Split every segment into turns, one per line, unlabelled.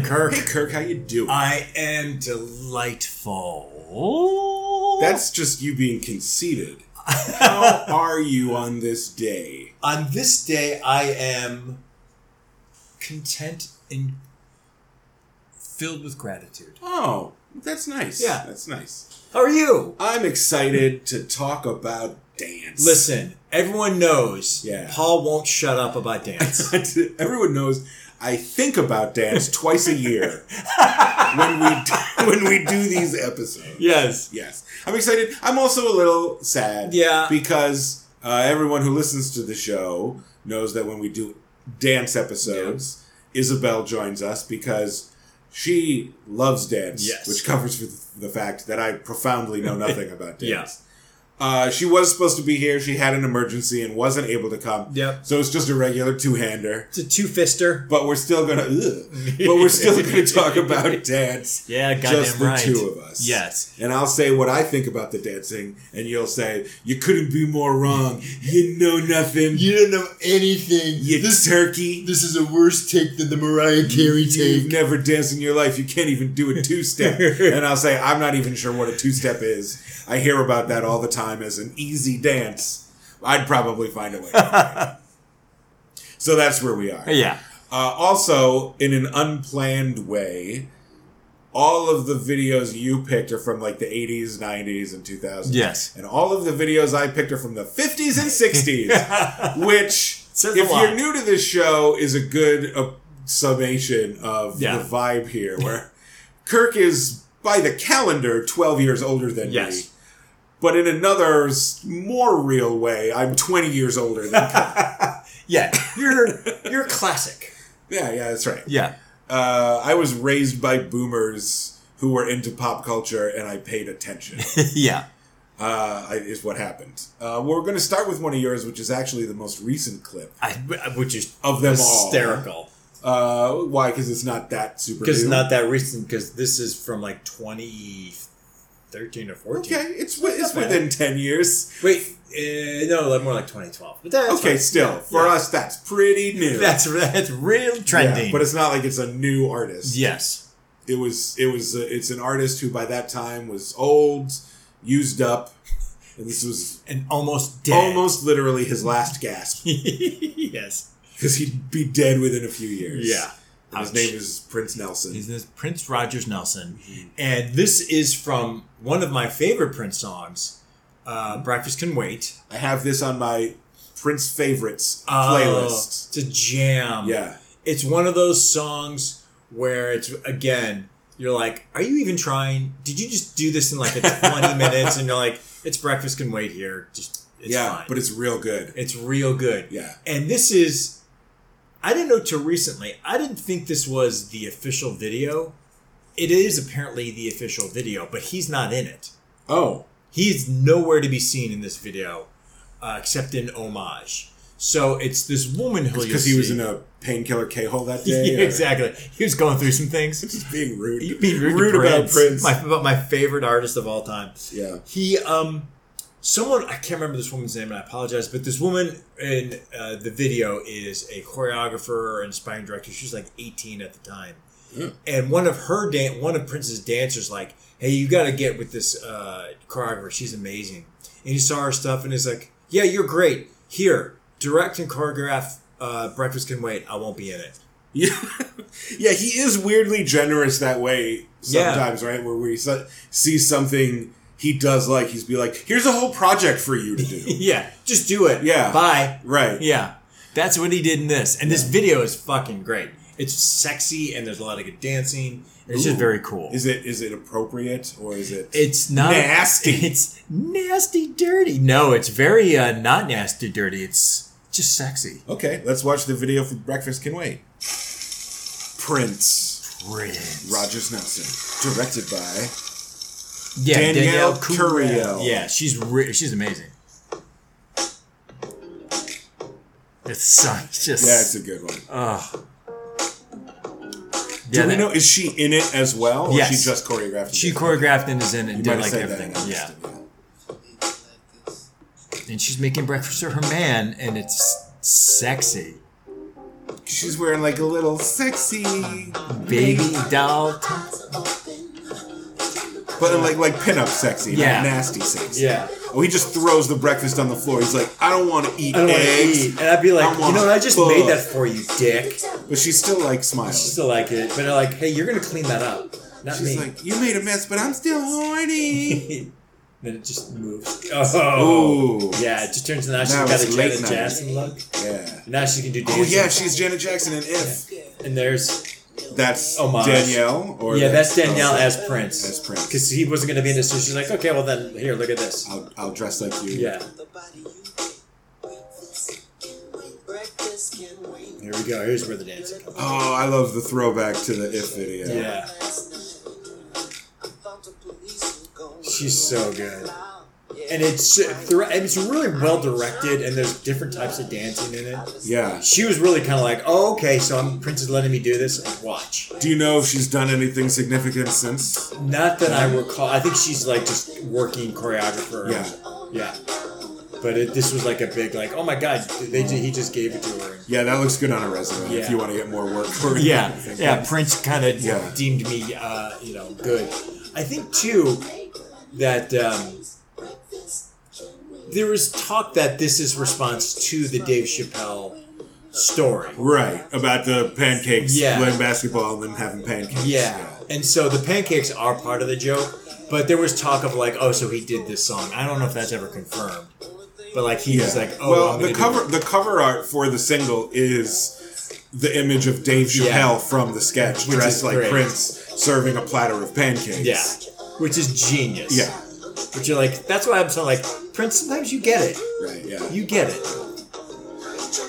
Kirk, how you doing?
I am delightful.
That's just you being conceited. How are you on this day?
on this day I am content and filled with gratitude.
Oh, that's nice.
Yeah.
that's nice.
How are you?
I'm excited to talk about dance.
Listen, everyone knows
Yeah.
Paul won't shut up about dance.
everyone knows I think about dance twice a year when we when we do these episodes.
yes.
Yes, I'm excited. I'm also a little sad.
Yeah.
because uh, everyone who listens to the show knows that when we do dance episodes, Isabel joins us because she loves dance,
Yes.
which covers for the- the fact that I profoundly know nothing about dance.
Yeah.
Uh, she was supposed to be here. She had an emergency and wasn't able to come.
Yep.
So it's just a regular two-hander.
It's a two fister.
But we're still gonna, ugh, but we're still gonna talk about dance.
Yeah, goddamn
just the
right.
two of us.
Yes.
And I'll say what I think about the dancing, and you'll say, You couldn't be more wrong. You know nothing. You,
don't know anything.
turkey.
this is a worse take than the Mariah Carey
You've never danced in your life. You can't even do a two step. and I'll say, I'm not even sure what a two step is. I hear about that all the time as an easy dance. I'd probably find a way. to find it. so that's where we are.
Yeah.
Uh, also, in an unplanned way, all of the videos you picked are from like the 80s, 90s, and 2000s.
Yes.
And all of the videos I picked are from the 50s and 60s, which,
Says a
if
lot.
you're new to this show, is a good uh, summation of
Yeah.
the vibe here, where Kirk is, by the calendar, 12 years older than me.
Yes.
But in another, s- more real way, I'm 20 years older than Kirk.
Yeah. You're you're classic.
yeah, yeah, that's right.
Yeah.
uh, I was raised by boomers who were into pop culture, and I paid attention.
yeah.
uh, I- is what happened. Uh, we're going to start with one of yours, which is actually the most recent clip
I, which is
of them
hysterical.
all. Uh, why? Because it's not that super.
Because
new.
not that recent, because this is from like 2013 or 14.
okay. It's wi- it's
Not bad.
within ten years.
Wait, uh, no, like more like 2012. But that's
okay,
fine.
still for
Yeah.
us, that's pretty new.
That's that's real
Yeah,
trending.
but it's not like it's a new artist.
yes,
it was it was uh, it's an artist who by that time was old, used up, and this was
and almost dead.
almost literally his last gasp.
yes.
because he'd be dead within a few years.
Yeah.
And his
Ouch.
name is Prince Nelson.
His name is Prince Rogers Nelson, and this is from one of my favorite Prince songs, uh, "Breakfast Can Wait."
I have this on my Prince favorites
Uh,
playlist.
It's a jam.
Yeah,
it's one of those songs where it's again you're like are you even trying did you just do this in like a 20 minutes and you're like it's breakfast can wait here just it's
yeah,
fine
but it's real good.
it's real good
Yeah,
and this is i didn't know till recently i didn't think this was the official video it is apparently the official video but he's not in it
oh,
he is nowhere to be seen in this video uh, except in homage so it's this woman who
because
you'll
he was
see-
in a painkiller K hole that day.
yeah,
or-
exactly. He was going through some things.
Just being rude.
You mean rude,
rude
to
about Prince?
My, about my favorite artist of all time.
yeah,
He, um, someone I can't remember this woman's name, and I apologize, but this woman in uh, the video is a choreographer, inspiring director. She was like 18 at the time,
Yeah.
and one of her dan- one of Prince's dancers, like, hey, you got to get with this uh, choreographer. She's amazing. And he saw her stuff, and he's like, yeah, you're great. Here, direct and choreograph. Uh, Breakfast can wait. I won't be in it.
yeah, yeah. He is weirdly generous that way
Yeah.
sometimes, right? Where we so- see something he does like, he's be like, "Here's a whole project for you to do."
yeah, just do it.
Yeah.
Bye.
right?
Yeah. That's what he did in this. And this video is fucking great. It's sexy and there's a lot of good dancing. It's
Ooh.
just very cool.
Is it is it appropriate or is it?
It's not
Nasty.
It's nasty dirty. No, it's very uh, not nasty dirty. It's just sexy.
Okay, let's watch the video for Breakfast Can Wait. Prince
Prince.
Rogers Nelson, directed by.
Yeah,
Danielle Curriel.
Yeah, she's re- she's amazing. It's so, it's just
Yeah, it's a good one.
ugh.
Do
Uh, Yeah,
we
that-
know is she in it as well, or
Yes.
she just choreographed?
She
it?
choreographed and is in it
You
and
might
did
have said
like
that,
everything.
and I
Yeah.
missed it,
and she's making breakfast for her man, and it's sexy.
She's wearing like a little sexy,
Baby doll. t-
but like like pinup sexy,
Yeah.
not nasty sexy.
Yeah.
Oh, he just throws the breakfast on the floor. He's like, I don't want to eat
I don't want to
eggs.
eat. And I'd be
I
like, you
wanna
know, what? I just
fuck.
made that for you, dick.
But she's still like smiling.
Still like it, but like, hey, you're gonna clean that up, not
She's
me.
like, you made a mess, but I'm still horny.
then it just moves. Oh,
Ooh.
yeah, it just turns into now she's
Now
got
it's
a
late
Janet
night.
Jackson look.
Yeah.
Now she can do
Oh
dancing.
yeah, she's Janet Jackson in If.
and there's
That's
Homage.
Danielle, or
Oh,
Oh,
yeah, that's Danielle as Prince.
As Prince.
because he wasn't gonna be in this. So she's like, okay, well then here, look at this.
I'll, I'll dress like you.
Yeah, here we go. Here's where the dancing comes.
Oh, I love the throwback to the If video.
Yeah, she's so good. And it's thro- and it's really well directed, and there's different types of dancing in it.
Yeah.
She was really kind of like, oh, okay, so I'm Prince is letting me do this. Watch.
Do you know if she's done anything significant since?
Not that I recall. I think she's like just working choreographer.
Yeah.
Yeah. But it, this was like a big like, oh my god, they ju- he just gave it to her.
Yeah, that looks good on a resume if
Yeah.
you want to get more work for it.
Yeah, yeah. Prince kind of
Yeah.
deemed me, uh, you know, good. I think too that um, there was talk that this is response to the Dave Chappelle story.
Right. About the pancakes,
Yeah.
playing basketball and then having pancakes.
Yeah. And so the pancakes are part of the joke, but there was talk of like, oh, so he did this song. I don't know if that's ever confirmed. But like he was like, oh,
well,
I'm
the
gonna do
cover
it.
the cover art for the single is the image of Dave Chappelle
Yeah.
from the sketch,
Which
dressed
is
like
great.
Prince, serving a platter of pancakes.
Yeah. Which is genius.
Yeah.
But you're like, that's why I'm so like, Prince, sometimes you get it.
Right. Yeah.
You get it.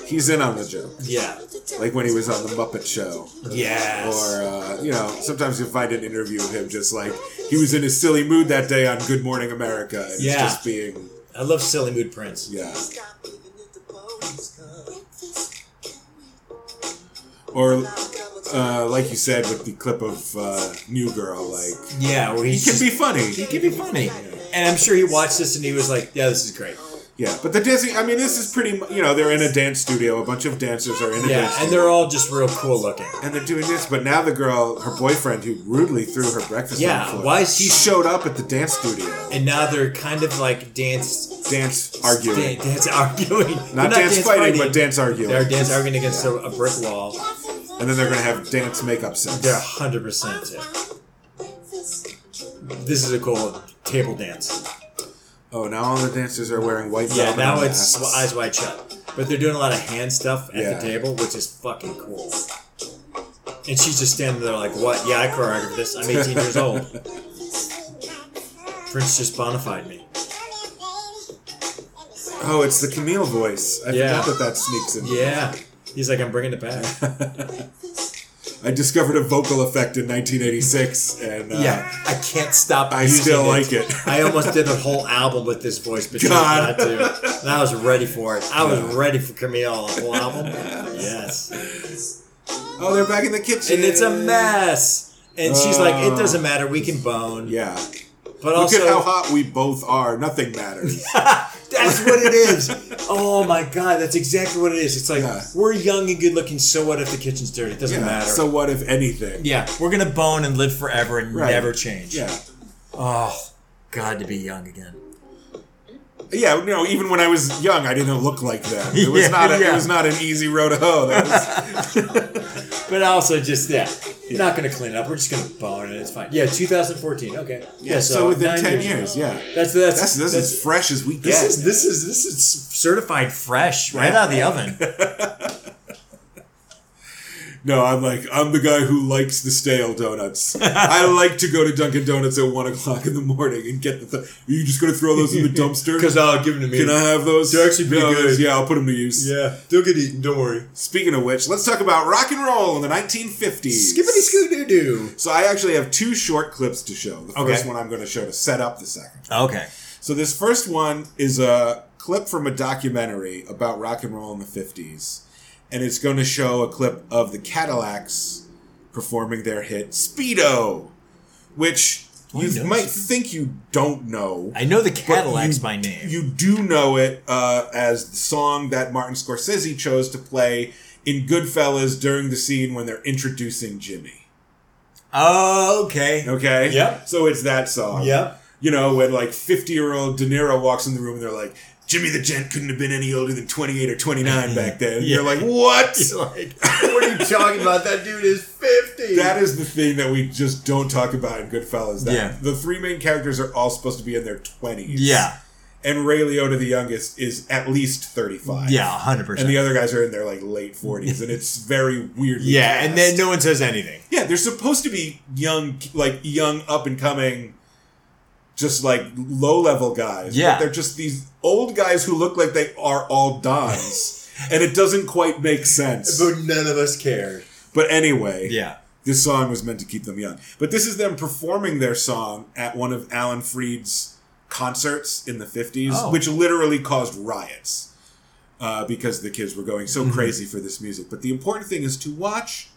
He's in on the joke,
Yeah.
like when he was on the Muppet Show.
Yes.
Or, uh, you know, sometimes you'll find an interview of him just like, he was in a silly mood that day on Good Morning America. And
Yeah.
It's just being,
I love Silly Mood Prince.
yeah. Or, uh, like you said with the clip of uh, New Girl, like,
Yeah, where
he
he's
can be
he
funny.
can be funny. And I'm sure he watched this and he was like, yeah, this is great.
Yeah. But the dancing, I mean, this is pretty, mu- you know, they're in a dance studio. A bunch of dancers are in a
Yeah,
dance
and
studio.
they're all just real cool looking.
And they're doing this, but now the girl, her boyfriend, who rudely threw her breakfast on
Yeah,
the floor,
why is he-
she showed up at the dance studio.
And now they're kind of like dance
Dance arguing.
Dan- dance arguing. They're
Not, dance, fighting, but dance arguing.
They're dance arguing against a, a brick wall.
And then they're gonna have dance makeup sex.
They're 100% too. This is a cool table dance.
Oh, now all the dancers are wearing white.
Yeah,
velvet
now
masks.
it's sw- eyes wide shut. But they're doing a lot of hand stuff at
Yeah.
the table, which is fucking cool. And she's just standing there like, what? Yeah, I choreographed this. I'm 18 years old. Prince just bonified me.
Oh, it's the Camille voice. I
Yeah.
forgot that that sneaks in.
Yeah. He's like, I'm bringing it back.
I discovered a vocal effect in 1986, and uh,
Yeah, I can't stop.
I
using
still like it.
I almost did a whole album with this voice, but chose
God.
not to. And I was ready for it. I was ready for Camille. A whole album. Yes, and
Oh, they're back in the kitchen,
it's a mess. And she's like, "It doesn't matter. We can bone."
Yeah.
but
Look
also
at how hot we both are. Nothing matters.
that's what it is. oh my god, that's exactly what it is. It's like
Yeah.
we're young and good looking. So what if the kitchen's dirty? It doesn't
Yeah,
matter.
So what if anything?
yeah, we're gonna bone and live forever and
Right.
never change.
Yeah.
Oh God, to be young again.
Yeah, you know, even when I was young, I didn't look like that. It was
Yeah,
not. A, It
yeah.
was not an easy road to hoe. That was-
But also just yeah, not gonna clean it up. We're just gonna bone it. It's fine. Yeah, 2014. Okay. Yeah.
so, within
nine
ten years,
years.
yeah,
That's that's
that's this
that's-
is fresh as we get.
this is this is this is certified fresh right out of the oven.
No, I'm like I'm the guy who likes the stale donuts. I like to go to Dunkin' Donuts at one o'clock in the morning and get the. Th- Are you just gonna throw those in the dumpster?
I'll uh, give them to me.
can I have those?
They're actually pretty
No,
good.
Yeah, I'll put them to use.
Yeah, they'll get eaten. Don't worry.
Speaking of which, let's talk about rock and roll in the 1950s.
Skippity scoo doo doo.
So I actually have two short clips to show. The
Okay.
first one I'm going to show to set up the second.
Okay.
So this first one is a clip from a documentary about rock and roll in the 50s. And it's going to show a clip of the Cadillacs performing their hit Speedo, which
Oh, I
you
know
might
this.
think you don't know.
I know the
but
Cadillacs
you-
by name.
You do know it uh, as the song that Martin Scorsese chose to play in Goodfellas during the scene when they're introducing Jimmy.
Oh, okay.
Okay?
Yep.
So it's that song.
Yep.
You know, when like 50 year old De Niro walks in the room and they're like, Jimmy the Gent couldn't have been any older than 28 or 29 back then. And
Yeah.
You're like, what?
It's like,
What are you talking about? That dude is 50.
That is the thing that we just don't talk about in Goodfellas. That
Yeah.
the three main characters are all supposed to be in their twenties.
yeah,
and Ray Liotta, the youngest, is at least thirty-five.
yeah, hundred
and
percent.
the other guys are in their like late forties, and it's very weirdly.
yeah, and then
cast.
no one says anything.
yeah, they're supposed to be young, like young up and coming, just like low level guys.
Yeah.
but they're just these old guys who look like they are all dons, and it doesn't quite make sense.
But none of us cared.
But anyway,
Yeah,
this song was meant to keep them young. But this is them performing their song at one of Alan Freed's concerts in the 50s,
Oh.
which literally caused riots uh, because the kids were going
Mm-hmm.
so crazy for this music. But the important thing is to watch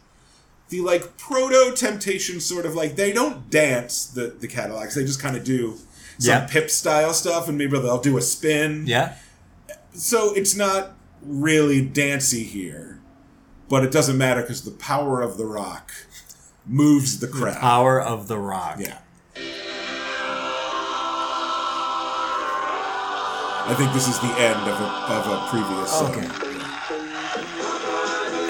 the like proto temptation sort of like they don't dance the, the Cadillacs, they just kind of do. Some
Yeah.
pip style stuff, and maybe they'll do a spin.
yeah,
So it's not really dancey here, but it doesn't matter because the power of the rock moves the crowd.
Power of the Rock.
yeah. I think this is the end of a, of a previous song.
Okay.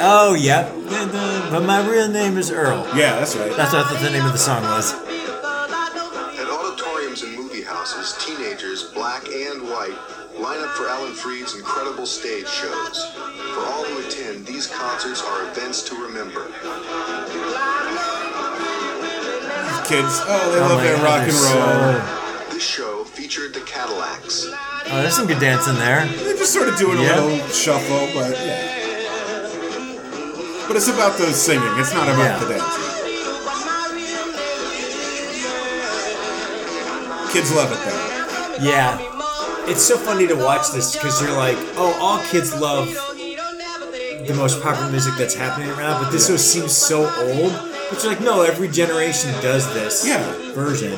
Oh yeah, The- the- but my real name is Earl.
Yeah, that's right.
That's what I thought the name of the song was.
At auditoriums and movie houses, teenagers, black and white, line up for Alan Freed's incredible stage shows. For all who attend, these concerts are events to remember.
Kids, oh, they love
my
their
God,
rock and
they're
roll.
This show featured the Cadillacs.
so- Oh, there's some good dance in there.
They're just sort of doing
Yeah.
a little shuffle, but yeah. But it's about the singing. It's not about
Yeah.
the dancing. Kids love it though.
Yeah, it's so funny to watch this because you're like, oh, all kids love the most popular music that's happening right now, but this just seems so old. But you're like, no, every generation does this
Yeah.
version.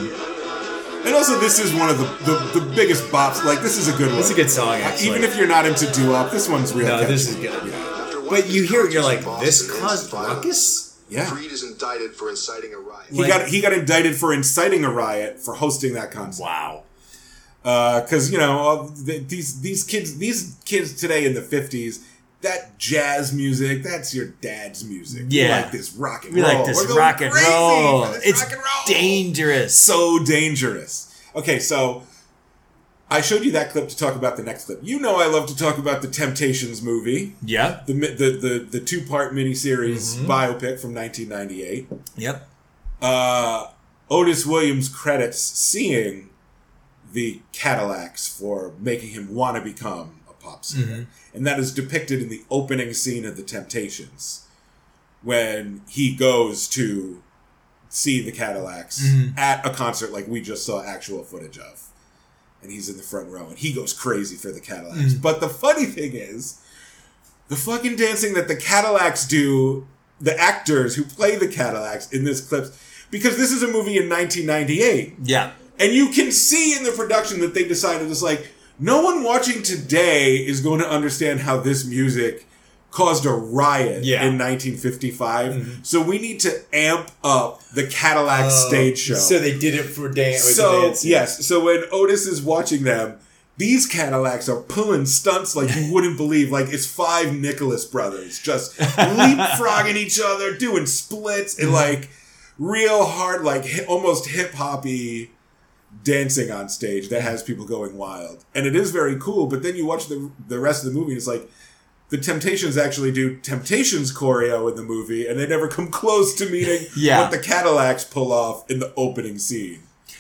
And also, this is one of the, the, the biggest bops. Like, this is a good one.
It's a good song, actually.
Even if you're not into doo-wop, this one's real.
no,
catchy.
this is good.
After one
But
of
you
the
hear it, you're like,
concerts
this
in Boston
caused
ends violence.
ruckus?
yeah.
Freed is indicted for inciting a riot.
He
Like-
got he got indicted for inciting a riot for hosting that concert.
Wow.
Because you know all the, these these kids these kids today in the fifties that jazz music that's your dad's music. we
Yeah.
like this rock and
We
roll.
like this
We're going
rock and
crazy for
roll.
this
It's
rock and roll.
dangerous.
so dangerous. Okay, so I showed you that clip to talk about the next clip. You know, I love to talk about the Temptations movie,
Yep.
the mi- the the, the two part miniseries
Mm-hmm.
biopic from 1998.
Yep.
Uh, Otis Williams credits seeing the Cadillacs for making him want to become a pop singer, and that is depicted in the opening scene of the Temptations when he goes to see the Cadillacs at a concert like we just saw actual footage of. And he's in the front row and he goes crazy for the Cadillacs. But the funny thing is, the fucking dancing that the Cadillacs do, the actors who play the Cadillacs in this clip, because this is a movie in 1998.
Yeah.
And you can see in the production that they decided it's like, no one watching today is going to understand how this music caused a riot
Yeah.
in 1955. So we need to amp up the Cadillac stage show.
Oh, so
So,
They did it for dance.
yes, so when Otis is watching them, these Cadillacs are pulling stunts like you wouldn't believe. Like it's five Nicholas brothers just leapfrogging each other, doing splits, and like real hard, like hi- almost hip hoppy dancing on stage that has people going wild. And it is very cool, but then you watch the the rest of the movie and it's like the Temptations actually do Temptations choreo in the movie and they never come close to meeting
Yeah.
what the Cadillacs pull off in the opening scene.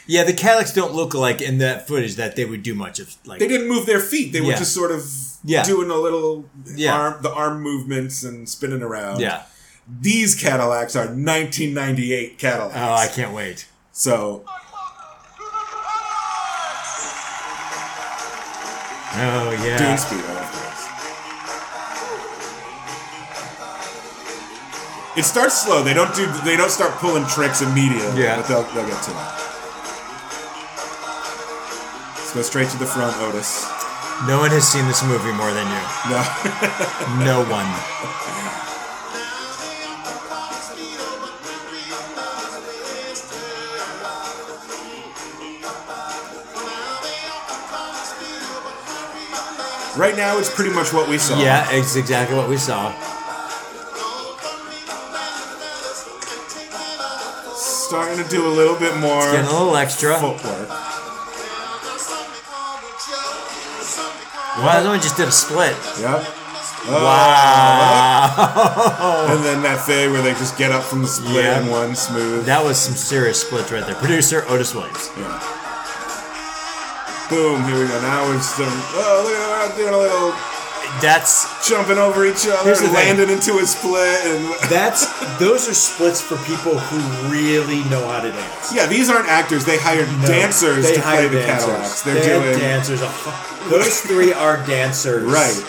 Yeah, the Cadillacs don't look like in that footage that they would do much of like
They didn't move their feet. They were
Yeah.
just sort of
Yeah.
doing a little
Yeah.
arm the arm movements and spinning around.
Yeah.
These Cadillacs are 1998 Cadillacs.
Oh, I can't wait.
So
Oh yeah.
Dune Speed, I love this. It starts slow. They don't do. They don't start pulling tricks immediately.
Yeah.
but they'll, they'll get to it. Let's go straight to the front, Otis.
No one has seen this movie more than
No.
you. No one.
Right now, it's pretty much what we saw.
Yeah, it's exactly what we saw.
Starting to do a little bit more
Getting a little extra.
footwork.
Wow, someone just did a split.
Yeah.
Uh,
Wow.
And then that thing where they just get up from the split
Yeah.
and one smooth.
That was some serious splits right there. Producer Otis Williams.
Yeah. Boom, here we go. Now we're just doing, oh, look at that, doing a little
That's
jumping over each other
Here's the
and
thing.
landing into a split. And
that's
Those are splits for people who really know how to dance.
yeah, these aren't actors. They hired
No,
dancers
they
to play
hire
the
dancers.
Cadillacs. They're
They have
doing
dancers. Those three are dancers.
right.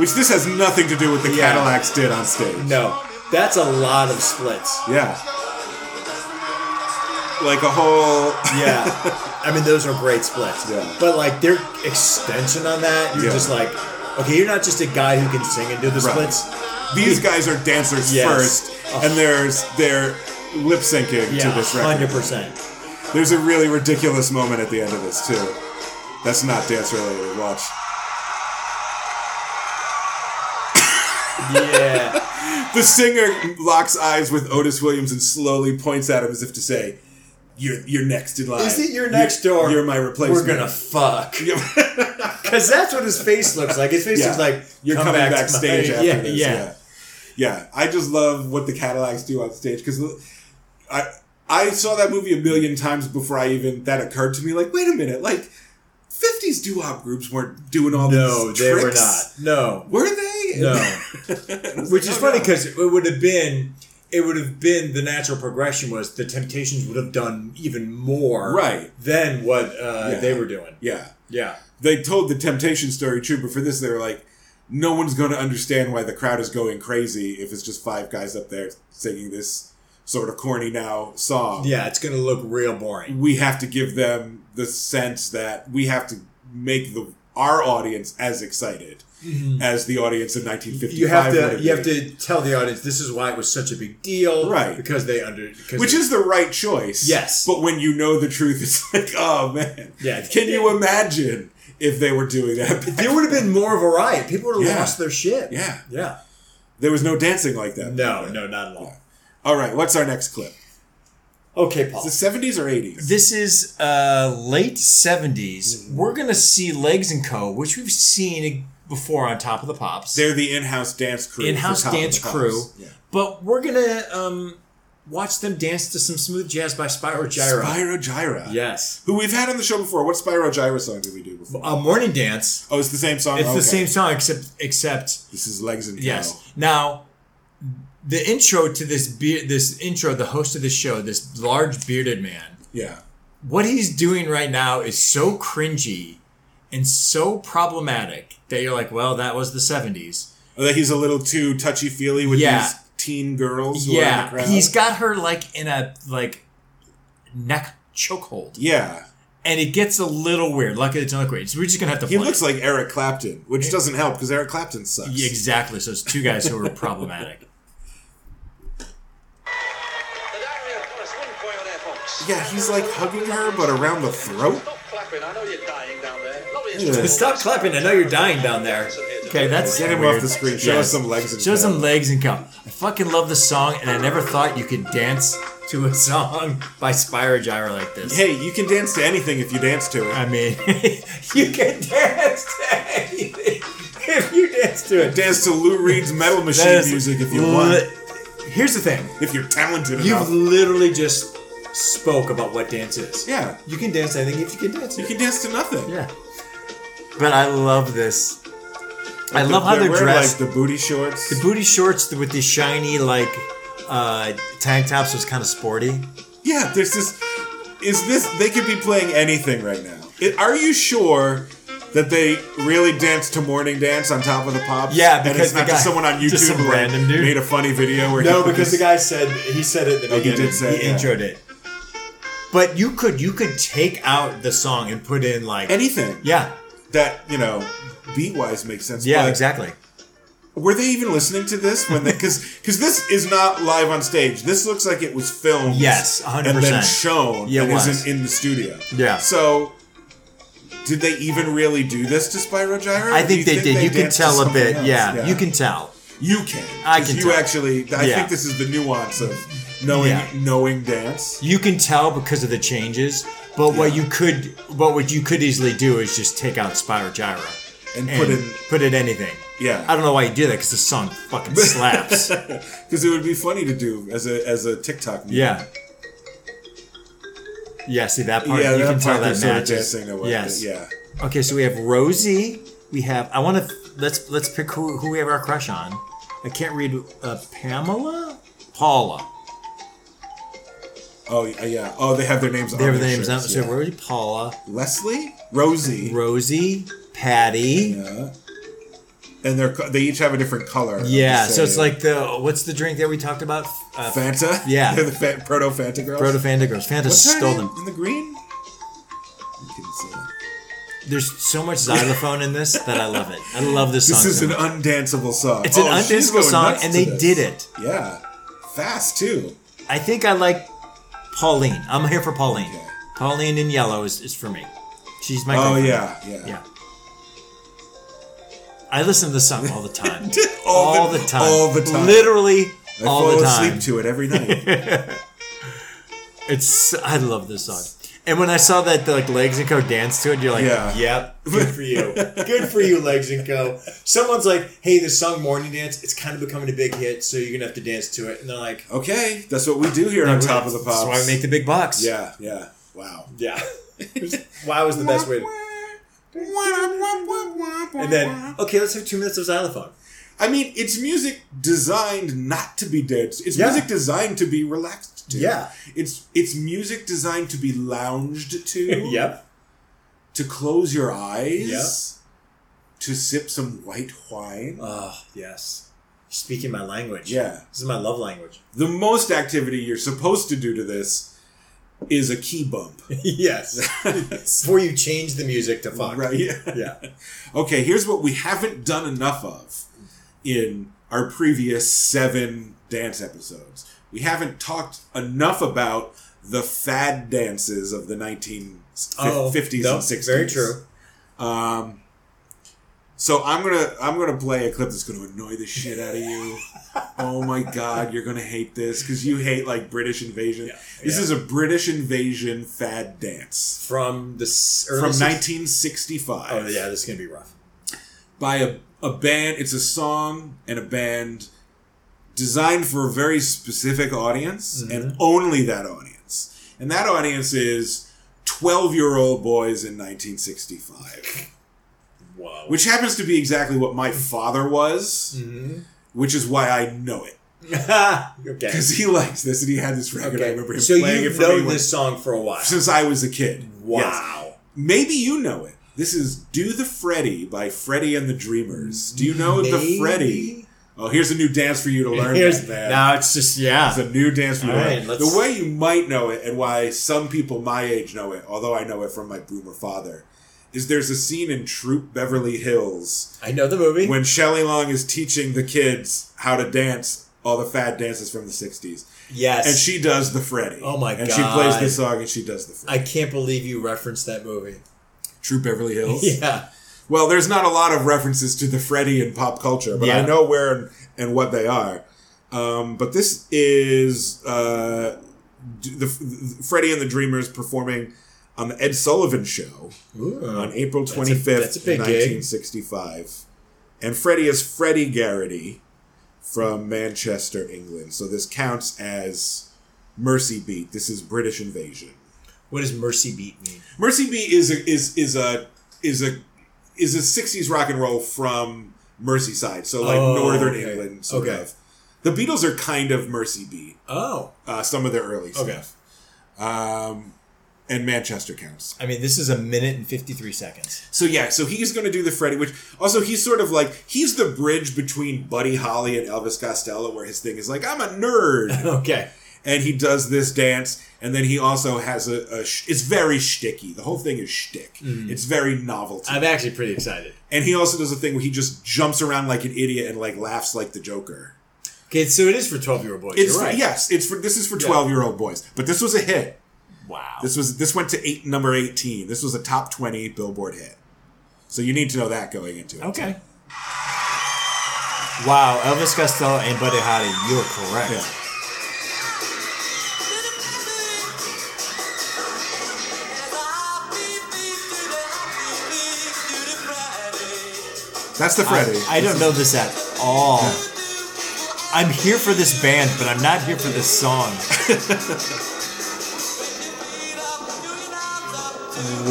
Which this has nothing to do with the
Yeah.
Cadillacs did on stage.
No, that's a lot of splits.
Yeah. Oh. Like a whole.
Yeah, I mean those are great splits.
Yeah.
But like their extension on that, you're
Yeah.
just like, okay, you're not just a guy who can sing and do the
Right.
splits.
These guys are dancers
Yes.
first, and there's they're lip syncing to
Yeah,
this record.
hundred percent.
There's a really ridiculous moment at the end of this too. That's not dance related. Watch.
Yeah,
The singer locks eyes with Otis Williams and slowly points at him as if to say, "You're you're next in line.
is it your
You're-
next door?
You're my replacement.
We're gonna fuck.
gonna."
Cause that's what his face looks like. His face
Yeah.
looks like
You're
"Come
coming
back to my-"
backstage after
yeah,
this.
Yeah,
yeah, yeah. I just love what the Cadillacs do on stage because I I saw that movie a million times before I even that occurred to me. Like, wait a minute, like fifties doo wop groups weren't doing all
No,
these
they were
tricks.
No,
were not. Were they?
no.
Which
Which is funny because it would have been, it would have been the natural progression was the Temptations would have done even more
right?
than what uh,
Yeah.
they were doing.
Yeah,
Yeah,
they told the Temptation story true, but for this, they're like. No one's going to understand why the crowd is going crazy if it's just five guys up there singing this sort of corny now song.
yeah, it's gonna look real boring.
we have to give them the sense that we have to make the our audience as excited as the audience in 1955
Mm-hmm. You have
would
to, you have
been.
to tell the audience this is why it was such a big deal,
Right.
Because they under, because
which is the right choice
Yes.
but when you know the truth it's like oh man
Yeah.
can you imagine if they were doing that back
there would have been more of a riot. People would have
Yeah.
lost their shit.
Yeah.
yeah.
there was no dancing like that
No, no, not at all.
all right what's our next clip
Okay, Paul.
the 70s or 80s
This is uh, late 70s. We're going to see Legs and Co., which we've seen before on Top of the Pops.
they're the in-house dance crew for
in-house
Top of the
dance
Pops.
crew.
Yeah.
But we're going to um, watch them dance to some smooth jazz by Spyro Gyra.
Spyro Gyra
yes.
who we've had on the show before what Spyro Gyra song did we do before
A morning dance.
oh it's the same song
It's
Okay.
the same song except except
this is Legs and
yes.
Cow.
Now the intro to this beard this intro the host of the show this large bearded man
yeah
what he's doing right now is so cringy and so problematic that you're like, well, that was the 70s.
Or Oh, that he's a little too touchy feely with
Yeah.
these teen girls. who are in the
yeah,
crowd.
he's got her like in a like neck chokehold,
yeah.
and it gets a little weird. Luckily, it's not weird. So we're just gonna have to.
He
play
looks
it.
like Eric Clapton, which doesn't help because Eric Clapton sucks.
Yeah, exactly. So it's two guys who are problematic.
The diarrhea of Thomas wouldn't go over there, folks.
Yeah, he's like hugging her, but around the throat.
Stop clapping. I know you're dying down there. Lovely
Yeah.
instrument.
Stop clapping! I know you're dying down there. Okay, that's
Get him
weird.
off the screen. Show
Yes.
us some legs. And
Show
cow.
some legs and come. I fucking love the song, and I never thought you could dance to a song by Spyro Gyra like this.
Hey, you can dance to anything if you dance to it.
I mean, you can dance to anything if you dance to it.
Dance to Lou Reed's metal machine music if you want.
Here's the thing:
If you're talented
you've
enough.
literally just spoke about what dance is.
Yeah.
you can dance to anything if you can dance.
You can dance to nothing.
yeah, but I love this. I love how
They're
they're
wearing,
dressed.
Like the booty shorts.
the booty shorts with the shiny like uh, tank tops was kind of sporty.
Yeah, there's this. Is this? They could be playing anything right now. It, are you sure that they really danced to Morning Dance on top of the pops?
Yeah,
and
because
it's
the
not just
guy-
someone on YouTube
just some
who, like,
random dude.
made a funny video where he
no,
put
because the
this-
guy said he said it. At the
Oh, he
beginning.
did say
He
yeah.
introed it. But you could you could take out the song and put in like
anything.
yeah.
that you know beat wise makes sense.
Yeah,
but
exactly.
Were they even listening to this when they? Because because this is not live on stage. This looks like it was filmed.
Yes, 100%.
and then shown.
Yeah, it
and
was.
isn't in the studio.
Yeah.
So. Did they even really do this to Spyro Gyra?
I
Or do
think
you
they did. You can
danced to
tell a
something
bit.
else?
Yeah, you can tell.
You can.
I
'Cause
can
You
tell.
actually. I
Yeah.
think this is the nuance of knowing
Yeah.
knowing dance.
You can tell because of the changes. But what
Yeah.
you could, but what you could easily do is just take out Spyro Gyra
And,
and
put in
put in anything.
Yeah.
I don't know why you do that because the song fucking slaps.
because it would be funny to do as a as a TikTok. meme.
yeah. Yeah, see that part.
yeah.
you
that
can tell
part they're
that
sort of
matches.
dancing away.
yes.
Yeah.
Okay, so we have Rosie. We have. I want to let's let's pick who, who we have our crush on. I can't read uh, Pamela, Paula.
Oh yeah, yeah. Oh, they have their names.
They
on
have
their
their names out.
shirts,
So
yeah.
Rosie, Paula,
Leslie, Rosie,
Rosie, Patty. Yeah.
yeah. and they're co- they each have a different color. of the
so it's
same.
like the what's the drink that we talked about? Uh,
Fanta.
Yeah.
they're the fa- proto Fanta girls.
Proto Fanta girls. Fanta
What's her
stole
name?
them.
in the green. You can see it.
There's so much xylophone in this that I love it. I love this song.
This is
so
an
much.
undanceable song.
It's an
Oh, she's
undanceable
going
song,
nuts
and
to
they
this.
did it.
Yeah, fast too.
I think I like Pauline. I'm here for Pauline.
Okay.
Pauline in yellow is, is for me. She's my
Oh
girlfriend.
yeah, yeah.
Yeah. I listen to this song all the time.
All
all,
the-
the, time.
all the time.
Literally
I
all
fall
the time.
asleep to it every night.
It's I love this song. And when I saw that the like legs and co danced to it, you're like,
Yeah.
Yep.
Good for you. Good for you, Legs and Co.
Someone's like, hey, this song Morning Dance, it's kind of becoming a big hit, so you're gonna have to dance to it. And they're like,
Okay, that's what we do here on Top of the
That's
Pops.
why we make the big box.
yeah, yeah. Wow.
Yeah. wow was the best way to And then, okay, let's have two minutes of xylophone.
I mean, it's music designed not to be danced. It's
Yeah.
music designed to be relaxed to.
Yeah.
It's it's music designed to be lounged to.
Yep.
To close your eyes.
Yeah.
To sip some white wine.
Oh, yes. Speaking my language.
Yeah.
This is my love language.
the most activity you're supposed to do to this is a key bump.
yes. Before you change the music to fuck.
Right? Yeah.
Yeah.
Okay, here's what we haven't done enough of in our previous seven dance episodes. We haven't talked enough about the fad dances of the 1950s
Oh, no,
and 60s.
Very true.
Um, so I'm gonna I'm gonna play a clip that's gonna annoy the shit out of you. oh my god, you're gonna hate this because you hate like British invasion.
Yeah,
this
yeah.
is a British invasion fad dance
From the s- early
from
six-
1965
Oh, yeah, this is going to be rough.
by a, a band. It's a song and a band designed for a very specific audience
Mm-hmm.
and only that audience. And that audience is 12 year old boys in 1965
Wow.
which happens to be exactly what my father was,
Mm-hmm.
which is why I know it
okay.
because he likes this and he had this record. I remember him
so
playing
you've
it for me
known
when-
this song for a while.
since I was a kid. Yes.
Wow.
maybe you know it. This is "Do the Freddy" by Freddy and the Dreamers. Do you know the
Maybe?
Freddy? Oh, here's a new dance for you to learn.
Here's-
man.
Now it's just yeah.
It's a new dance for you to
All
learn.
right, let's-
the way you might know it and why some people my age know it, although I know it from my boomer father, is there's a scene in Troop Beverly Hills
I know the movie.
when Shelley Long is teaching the kids how to dance all the fad dances from the 60s.
yes.
And she does the Freddy.
Oh my
And she plays
God.
the song and she does the Freddy.
I can't believe you referenced that movie.
True Beverly Hills.
Yeah.
Well, there's not a lot of references to the Freddy in pop culture, but I
Yeah.
know where and, and what they are. Um, but this is uh, d- the, the Freddy and the Dreamers performing on the Ed Sullivan Show on April
a-
25th,
that's a big gig.
1965. And Freddie is Freddie Garrity from Manchester, England. So this counts as Mercy Beat. This is British Invasion.
What does Mercy Beat mean?
Mercy Beat is a, is is a is a is a 60s rock and roll from Merseyside. So like
Oh,
northern
okay.
England sort
Okay.
of. The Beatles are kind of Mercy Beat.
Oh.
Uh, some of their early stuff.
Okay.
Um, and Manchester counts.
I mean, this is a minute and fifty three seconds.
So yeah, so he's going to do the Freddy, which also he's sort of like he's the bridge between Buddy Holly and Elvis Costello, where his thing is like I'm a nerd,
Okay.
and he does this dance, and then he also has a. a sh- it's very shticky. The whole thing is shtick.
Mm.
It's very novelty.
I'm actually pretty excited.
and he also does a thing where he just jumps around like an idiot and like laughs like the Joker.
Okay, so it is for 12 year old boys.
It's
You're right.
for, yes, it's for this is for twelve year old boys, but this was a hit.
Wow.
This was this went to eight number eighteen. This was a top twenty Billboard hit. So you need to know that going into it.
Okay. Wow, Elvis Costello and Buddy Holly, you are correct.
Yeah. That's the Freddy.
I, I don't know this at all. I'm here for this band, but I'm not here for this song.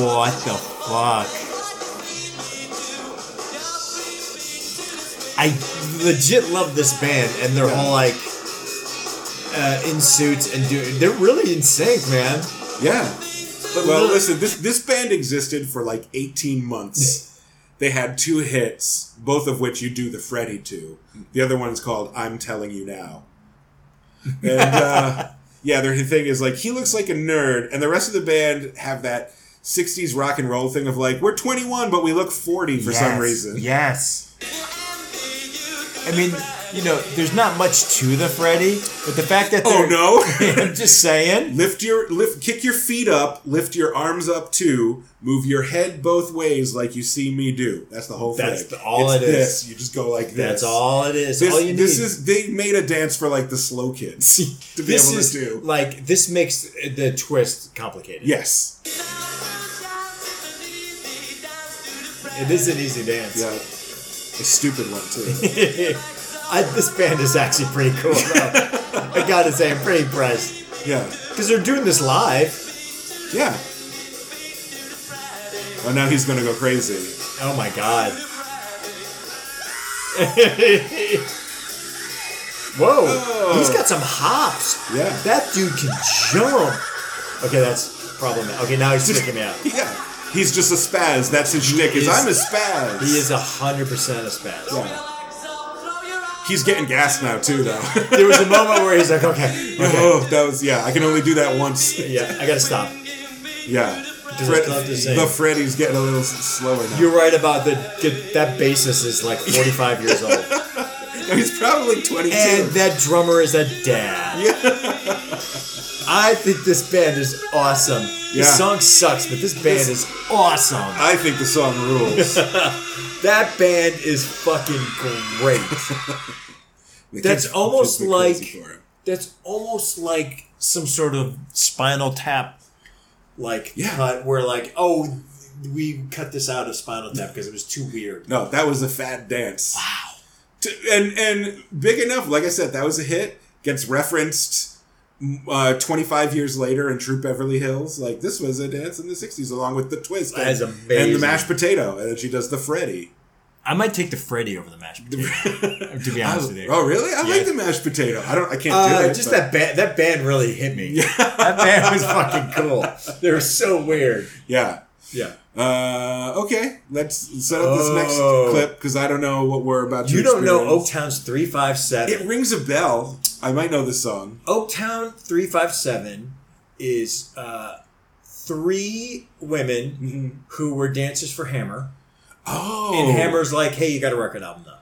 what the fuck?
I legit love this band, and they're all like uh, in suits and doing. They're really in sync, man.
yeah.
But
Well,
look-
listen, this this band existed for like 18 months. they had two hits, both of which you do the Freddy to. The other one's called I'm Telling You Now. And uh, yeah, their thing is like, he looks like a nerd, and the rest of the band have that 60s rock and roll thing of like, we're 21, but we look 40 for some
Yes,
reason.
Yes. I mean, you know, there's not much to the Freddy, but the fact that
Oh
they're-
no!
I'm just saying.
lift your lift kick your feet up, lift your arms up too, move your head both ways like you see me do. That's the whole
That's
thing.
the- all
it's
it is.
This. You just go like this.
that's all it is.
This,
all you need.
this is they made a dance for like the slow kids to be
This
able
is
to do.
like this makes the twist complicated.
yes.
it is an easy dance.
Yeah. A stupid one too.
I, this band is actually pretty cool. though. I gotta say, I'm pretty impressed
yeah.
because they're doing this live.
Yeah. Oh, now he's gonna go crazy.
Oh my god! Whoa, he's got some hops.
Yeah.
that dude can jump. Okay, that's problematic. Okay, now he's freaking me out.
Yeah. He's just a spaz. That's his shtick. Is
is-
I'm a spaz.
He is hundred percent a spaz.
Yeah. He's getting gas now too, though.
There was a moment where he's like, okay, okay,
Oh, that was yeah. I can only do that once.
yeah, I gotta stop.
Yeah,
Does
Fred-
it count the same?
the Freddy's getting a little s- slower now.
You're right about the get- that bassist is like 45 years old,
No, he's probably 22.
and that drummer is a dad. I think this band is awesome. The
Yeah.
song sucks, but this band is awesome.
I think the song rules.
That band is fucking great.
The
That's
kids-
almost
kids went crazy
like-
for it.
That's almost like
Some sort of spinal tap.
like
Yeah.
cut where like oh we cut this out of Spinal Tap because it was too weird.
No, that was a fad dance. Wow. and and big enough. Like I said, that was a hit. Gets referenced mm, uh, 25 years later in True Beverly Hills. Like this was a dance in the 60s, along with the twist
That
and,
is
and the
amazing.
mashed potato. And then she does the Freddy.
I might take the Freddy over the mashed potato. to be honest with you,
Oh, really? I like
Yeah.
the mashed potato. I don't. I can't
Uh,
do it.
just
but-
that band. That band really hit me. that band was fucking cool. They were so weird.
Yeah.
Yeah.
Uh, okay, let's set up this
Oh.
next clip because I don't know what we're about to.
You don't know
experience.
Oaktown's three five
It
seven.
rings a bell. I might know this song.
Oaktown three five seven is uh, three women who were dancers for Hammer,
Oh,
and Hammer's like, "Hey, you got a record album now."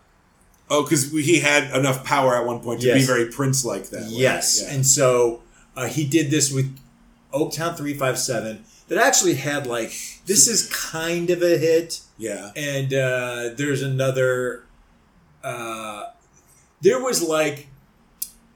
Oh, because he had enough power at one point to be
Yes.
very Prince like that. right?
Yes,
Yeah.
and so uh, he did this with Oaktown three five seven that actually had like this is kind of a hit.
yeah.
and uh, there's another. Uh, there was like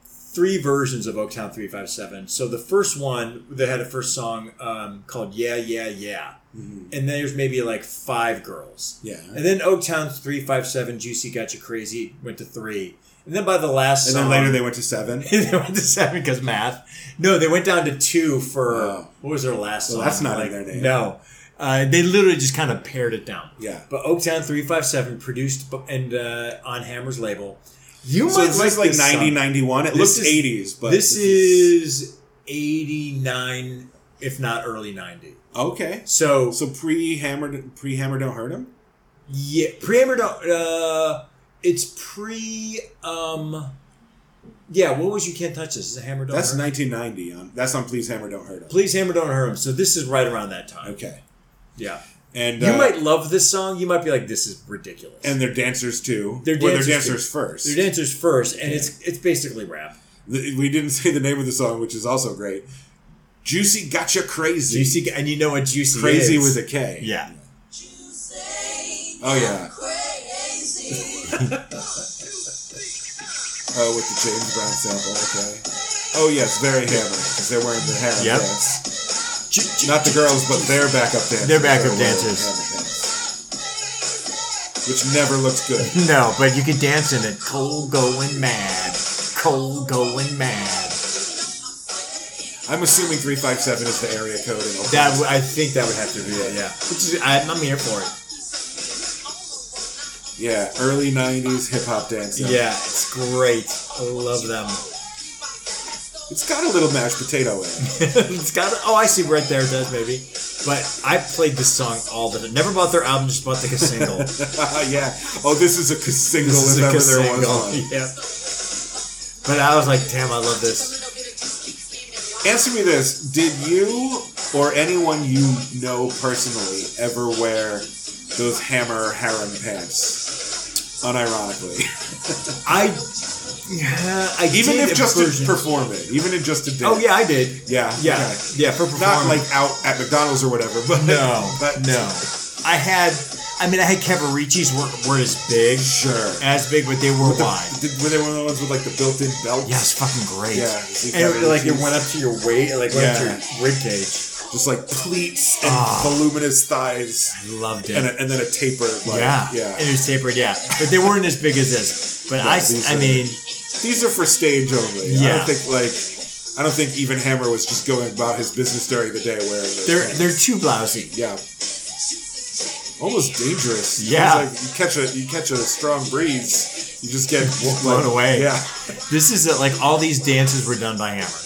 three versions of Oaktown three five seven. So the first one they had a first song um, called Yeah Yeah Yeah, and there's maybe like five girls.
Mm-hmm. Yeah.
and then Oaktown three five seven Juicy Got You Crazy went to three, and then by the last
And
song,
then later they went to seven.
they went to seven because math. No, they went down to two for
Oh.
what was their last
Well,
song?
that's not in their name.
No, uh, they literally just kind of pared it down.
Yeah.
But Oaktown three five seven produced b- and uh, on Hammer's label. You
So this is like
this song.
90, 91. It
This
looks
is-
80s, but
this is eighty nine, if not early ninety.
okay.
So,
So pre hammered, pre hammer, don't hurt him.
yeah, pre Hammer. don't- Uh, it's pre um, Yeah, what was you can't touch this? Is it Hammer Don't
That's
Hurt?
1990. On that's on Please Hammer Don't Hurt Us.
Please Hammer Don't Hurt Him. So this is right around that time.
Okay,
Yeah.
and
You
uh,
might love this song. You might be like, this is ridiculous.
and they're dancers too.
They're
Well,
dancers,
they're
too.
dancers first.
They're dancers first, and it's it's basically rap.
The- we didn't say the name of the song, which is also great. Juicy Gotcha Crazy.
Juicy, and you know what juicy
Crazy
is.
with a K.
Yeah.
Oh yeah. Oh, with the James Brown sample. Okay. Oh yes, very hammer because they're wearing the hammer
Yep.
dance.
Ju- ju-
Not the girls, but their backup dancers.
Their backup
are wearing
dancers.
hammer dance. Which never looks good.
No, but you could dance in it. Cold going mad. Cold going mad.
I'm assuming three five seven is the area code. In Oklahoma.
that w- I think that would have to be it. Yeah, which is I'm, I'm here for it.
yeah, early '90s hip hop dance. now.
Yeah, it's great. I love them.
it's got a little mashed potato in it.
it's got oh I see right there it does maybe, but I played this song all the time. Never bought their album, just bought the single.
yeah. Oh, this is a k- single
This is
if
a
ever there was
single.
one.
Yeah. But I was like, damn, I love this.
Answer me this: Did you or anyone you know personally ever wear those hammer harem pants? Unironically,
I yeah, I
even
did
if
a
just to
version-
perform it, even if just to do.
Oh yeah, I did.
yeah,
Yeah,
okay.
yeah, for
Not
performance.
like out at McDonald's or whatever, but
No,
but
no. I had, I mean, I had Cavaricci's weren't, weren't as big,
sure.
as big, but they were
The-
wide.
did- were they one of the ones with like the built-in belt?
Yeah, it's fucking great.
Yeah. see,
And it, like it
Cavaricci's.
went up to your weight, it, like went up to
Yeah.
your rib cage.
just like pleats and
Ah.
voluminous thighs,
I loved it.
and, a, and then a taper. Like,
yeah,
yeah.
It was tapered, yeah, but they weren't as big as this. But I, s-
these
I
are-
mean,
These are for stage only. I
Yeah.
don't think like I don't think even Hammer was just going about his business during the day wearing those.
they're
pants.
they're too blousy.
yeah. Almost dangerous. It's
Yeah.
like you catch a you catch a strong breeze, you just get
blown away.
Yeah,
This is it. Like all these dances were done by Hammer.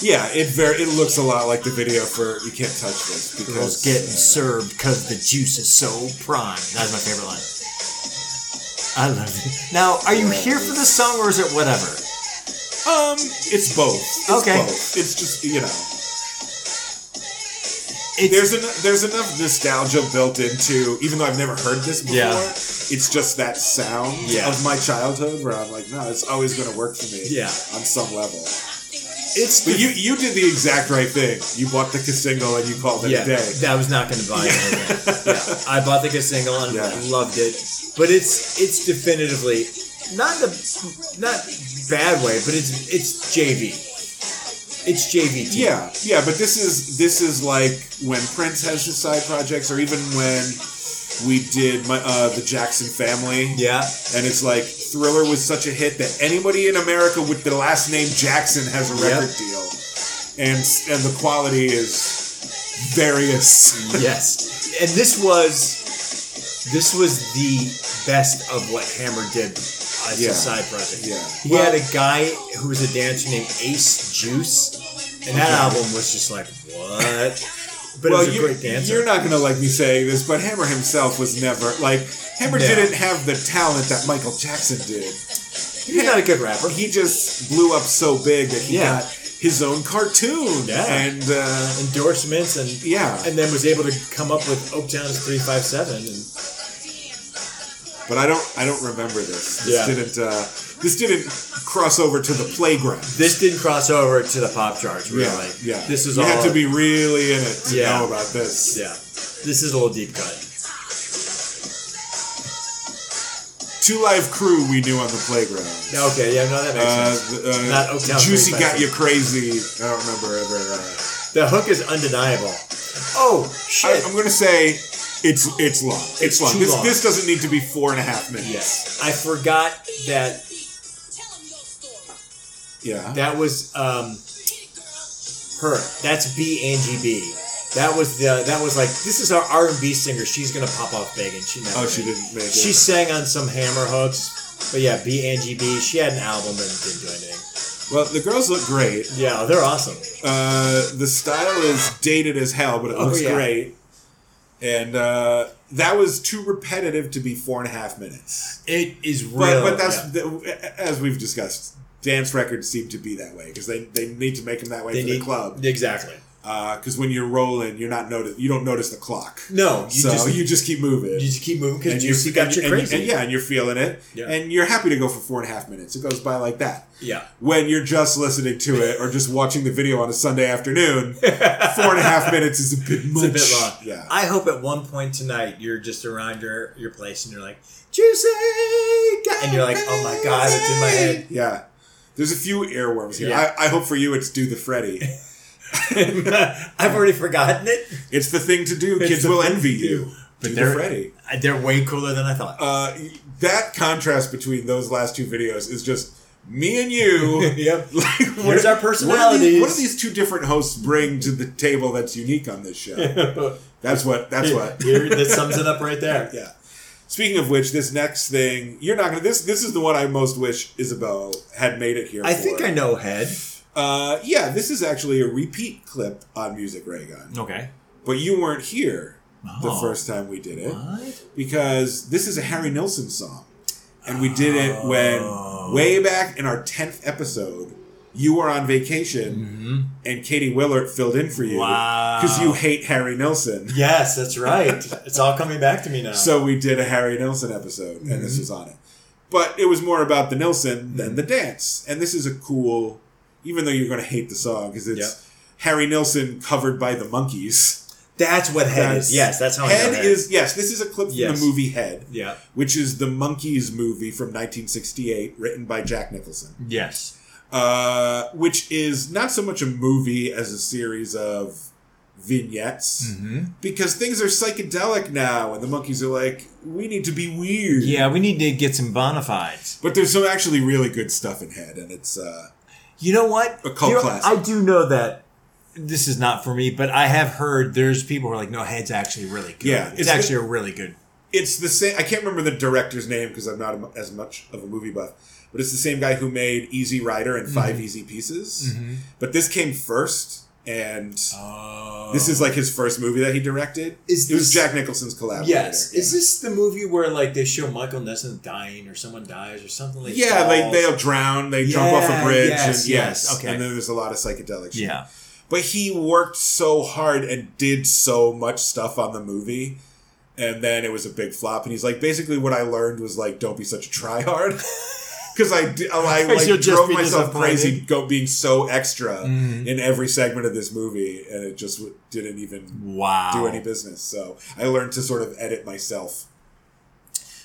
yeah. It very it looks a lot like the video for "You Can't Touch This" because
Girls getting served because the juice is so prime. That's my favorite line. I love it. Now, are you here for the song or is it whatever?
um, it's both. It's
Okay.
both. it's just you know.
It's,
there's en- there's enough nostalgia built into even though I've never heard this before.
Yeah.
It's just that sound
Yeah.
of my childhood where I'm like, no, it's always going to work for me.
Yeah.
on some level.
It's
But you you did the exact right thing. You bought the single and you called it
yeah,
a day.
that was not going to buy it. yeah, I bought the single and
Yeah.
loved it, but it's it's definitively not the not bad way, but it's it's JV. It's JV. team.
yeah, yeah. But this is this is like when Prince has his side projects, or even when we did my, uh, the Jackson Family.
yeah.
And it's like Thriller was such a hit that anybody in America with the last name Jackson has a record
Yep.
deal, and and the quality is various.
yes. And this was this was the best of what Hammer did as
Yeah.
a side project.
Yeah.
He had a guy who was a dancer named Ace Juice, and that album was just like what. But it was a
you're,
great dancer.
you're not gonna like me saying this, but Hammer himself was never like Hammer
No.
didn't have the talent that Michael Jackson did.
He's not a good rapper.
He just blew up so big that he
Yeah.
got his own cartoon
Yeah.
and uh,
endorsements and
yeah.
and then was able to come up with Oaktown's three five seven and
but I don't I don't remember this. This
Yeah.
didn't uh, this didn't cross over to the playground.
this didn't cross over to the pop charts really.
Yeah, yeah.
This is
you
all
have to be really in it to
Yeah.
know about this.
Yeah. This is a little deep cut.
Two Live Crew we knew on the playground.
Okay, yeah, no, that makes
Uh,
sense.
the, uh,
Not Oaktown
Juicy
Three
got you crazy. I don't remember ever. Uh,
The hook is undeniable. Oh
I,
shit.
I'm gonna say it's it's long. It's,
It's
long.
too
This,
long.
this doesn't need to be four and a half minutes.
yes. I forgot that
Yeah.
that was um her. That's B Angie B. That was the that was like this is our R and B singer. She's gonna pop off big and she never
oh, she didn't make it.
She sang on some hammer hooks. But yeah, B Angie B. She had an album and didn't do anything.
well, the girls look great.
Yeah, they're awesome.
Uh, the style is dated as hell, but it
Oh,
looks
yeah.
great. And uh, that was too repetitive to be four and a half minutes.
It is
But,
real.
but that's
yeah.
the, as we've discussed. dance records seem to be that way because they, they need to make them that way
They
for
need
the club.
exactly.
Because when you're rolling, you're not notice you don't notice the clock.
No, you
so
just-
you just keep moving.
You just keep moving because
you're-
juicy got you
and-
crazy.
and yeah, and you're feeling it,
Yeah.
and you're happy to go for four and a half minutes. It goes by like that.
yeah.
When you're just listening to it or just watching the video on a Sunday afternoon, four and a half minutes is a bit much.
It's a bit long.
Yeah.
I hope at one point tonight you're just around your, your place and you're like, juicy, got-" and you're like, oh my god, it's in my head.
Yeah. There's a few earworms here.
Yeah.
I, I hope for you it's do the Freddy.
I've already forgotten it.
It's the thing to do. Kids
the
will
thing
envy
to do.
you.
But
do the
they're-
Freddy.
Uh, They're way cooler than I thought.
Uh, that contrast between those last two videos is just me and you.
Yep.
Like, what
Here's our
What do, these,
personalities.
what do these two different hosts bring to the table that's unique on this show? that's what. That's what.
Here, that sums it up right there.
Yeah. Speaking of which, this next thing you're not gonna. This this is the one I most wish Isabel had made it here.
I
for.
think I know head.
Uh, yeah, this is actually a repeat clip on Music Raygun,
Okay.
but you weren't here the
Oh.
first time we did it
What?
because this is a Harry Nilsson song, and we did it when way back in our tenth episode. You were on vacation,
Mm-hmm.
and Katie Willard filled in for you
Wow.
because you hate Harry Nilsson.
Yes, that's right. it's all coming back to me now.
So we did a Harry Nilsson episode, and this was on it. But it was more about the Nilsson than the dance. And this is a cool, even though you're going to hate the song, because it's Harry Nilsson covered by the monkeys.
That's what head
That's-
is. Yes, that's how I
Head,
know head.
is, yes, this is a clip from
Oh, Yes.
the movie Head,
yeah.
which is the Monkeys movie from 1968, written by Jack Nicholson,
yes.
uh, which is not so much a movie as a series of vignettes because things are psychedelic now and the monkeys are like we need to be weird
Yeah, we need to get some bona fides.
But there's some actually really good stuff in head, and it's uh,
You know what?
A cult
You know,
classic.
I do know that this is not for me, but I have heard there's people who are like, no, head's actually really good.
Yeah,
it's,
it's
actually a really good.
it's the same. I can't remember the director's name because I'm not a- as much of a movie buff, but it's the same guy who made Easy Rider and 5 Easy Pieces.
Mm-hmm.
Mm-hmm.
But this came first, and
Oh.
this is like his first movie that he directed.
Is
it was
this-
Jack Nicholson's collaborator?
Yes. Is
yeah.
this the movie where like they show Michael Nelson dying or someone dies or something like Oh,
Yeah, like
falls?
they'll drown, they jump off a
Yeah,
bridge,
yes,
and yes,
yes, okay.
and then there's a lot of psychedelic. shit.
Yeah.
But he worked so hard and did so much stuff on the movie. And then it was a big flop. And he's like, basically, what I learned was like, don't be such a tryhard. Because I, di- I like
You'll just
drove
be
myself
disappointed.
crazy go being so extra in every segment of this movie, and it just w- didn't even
Wow.
do any business. So I learned to sort of edit myself.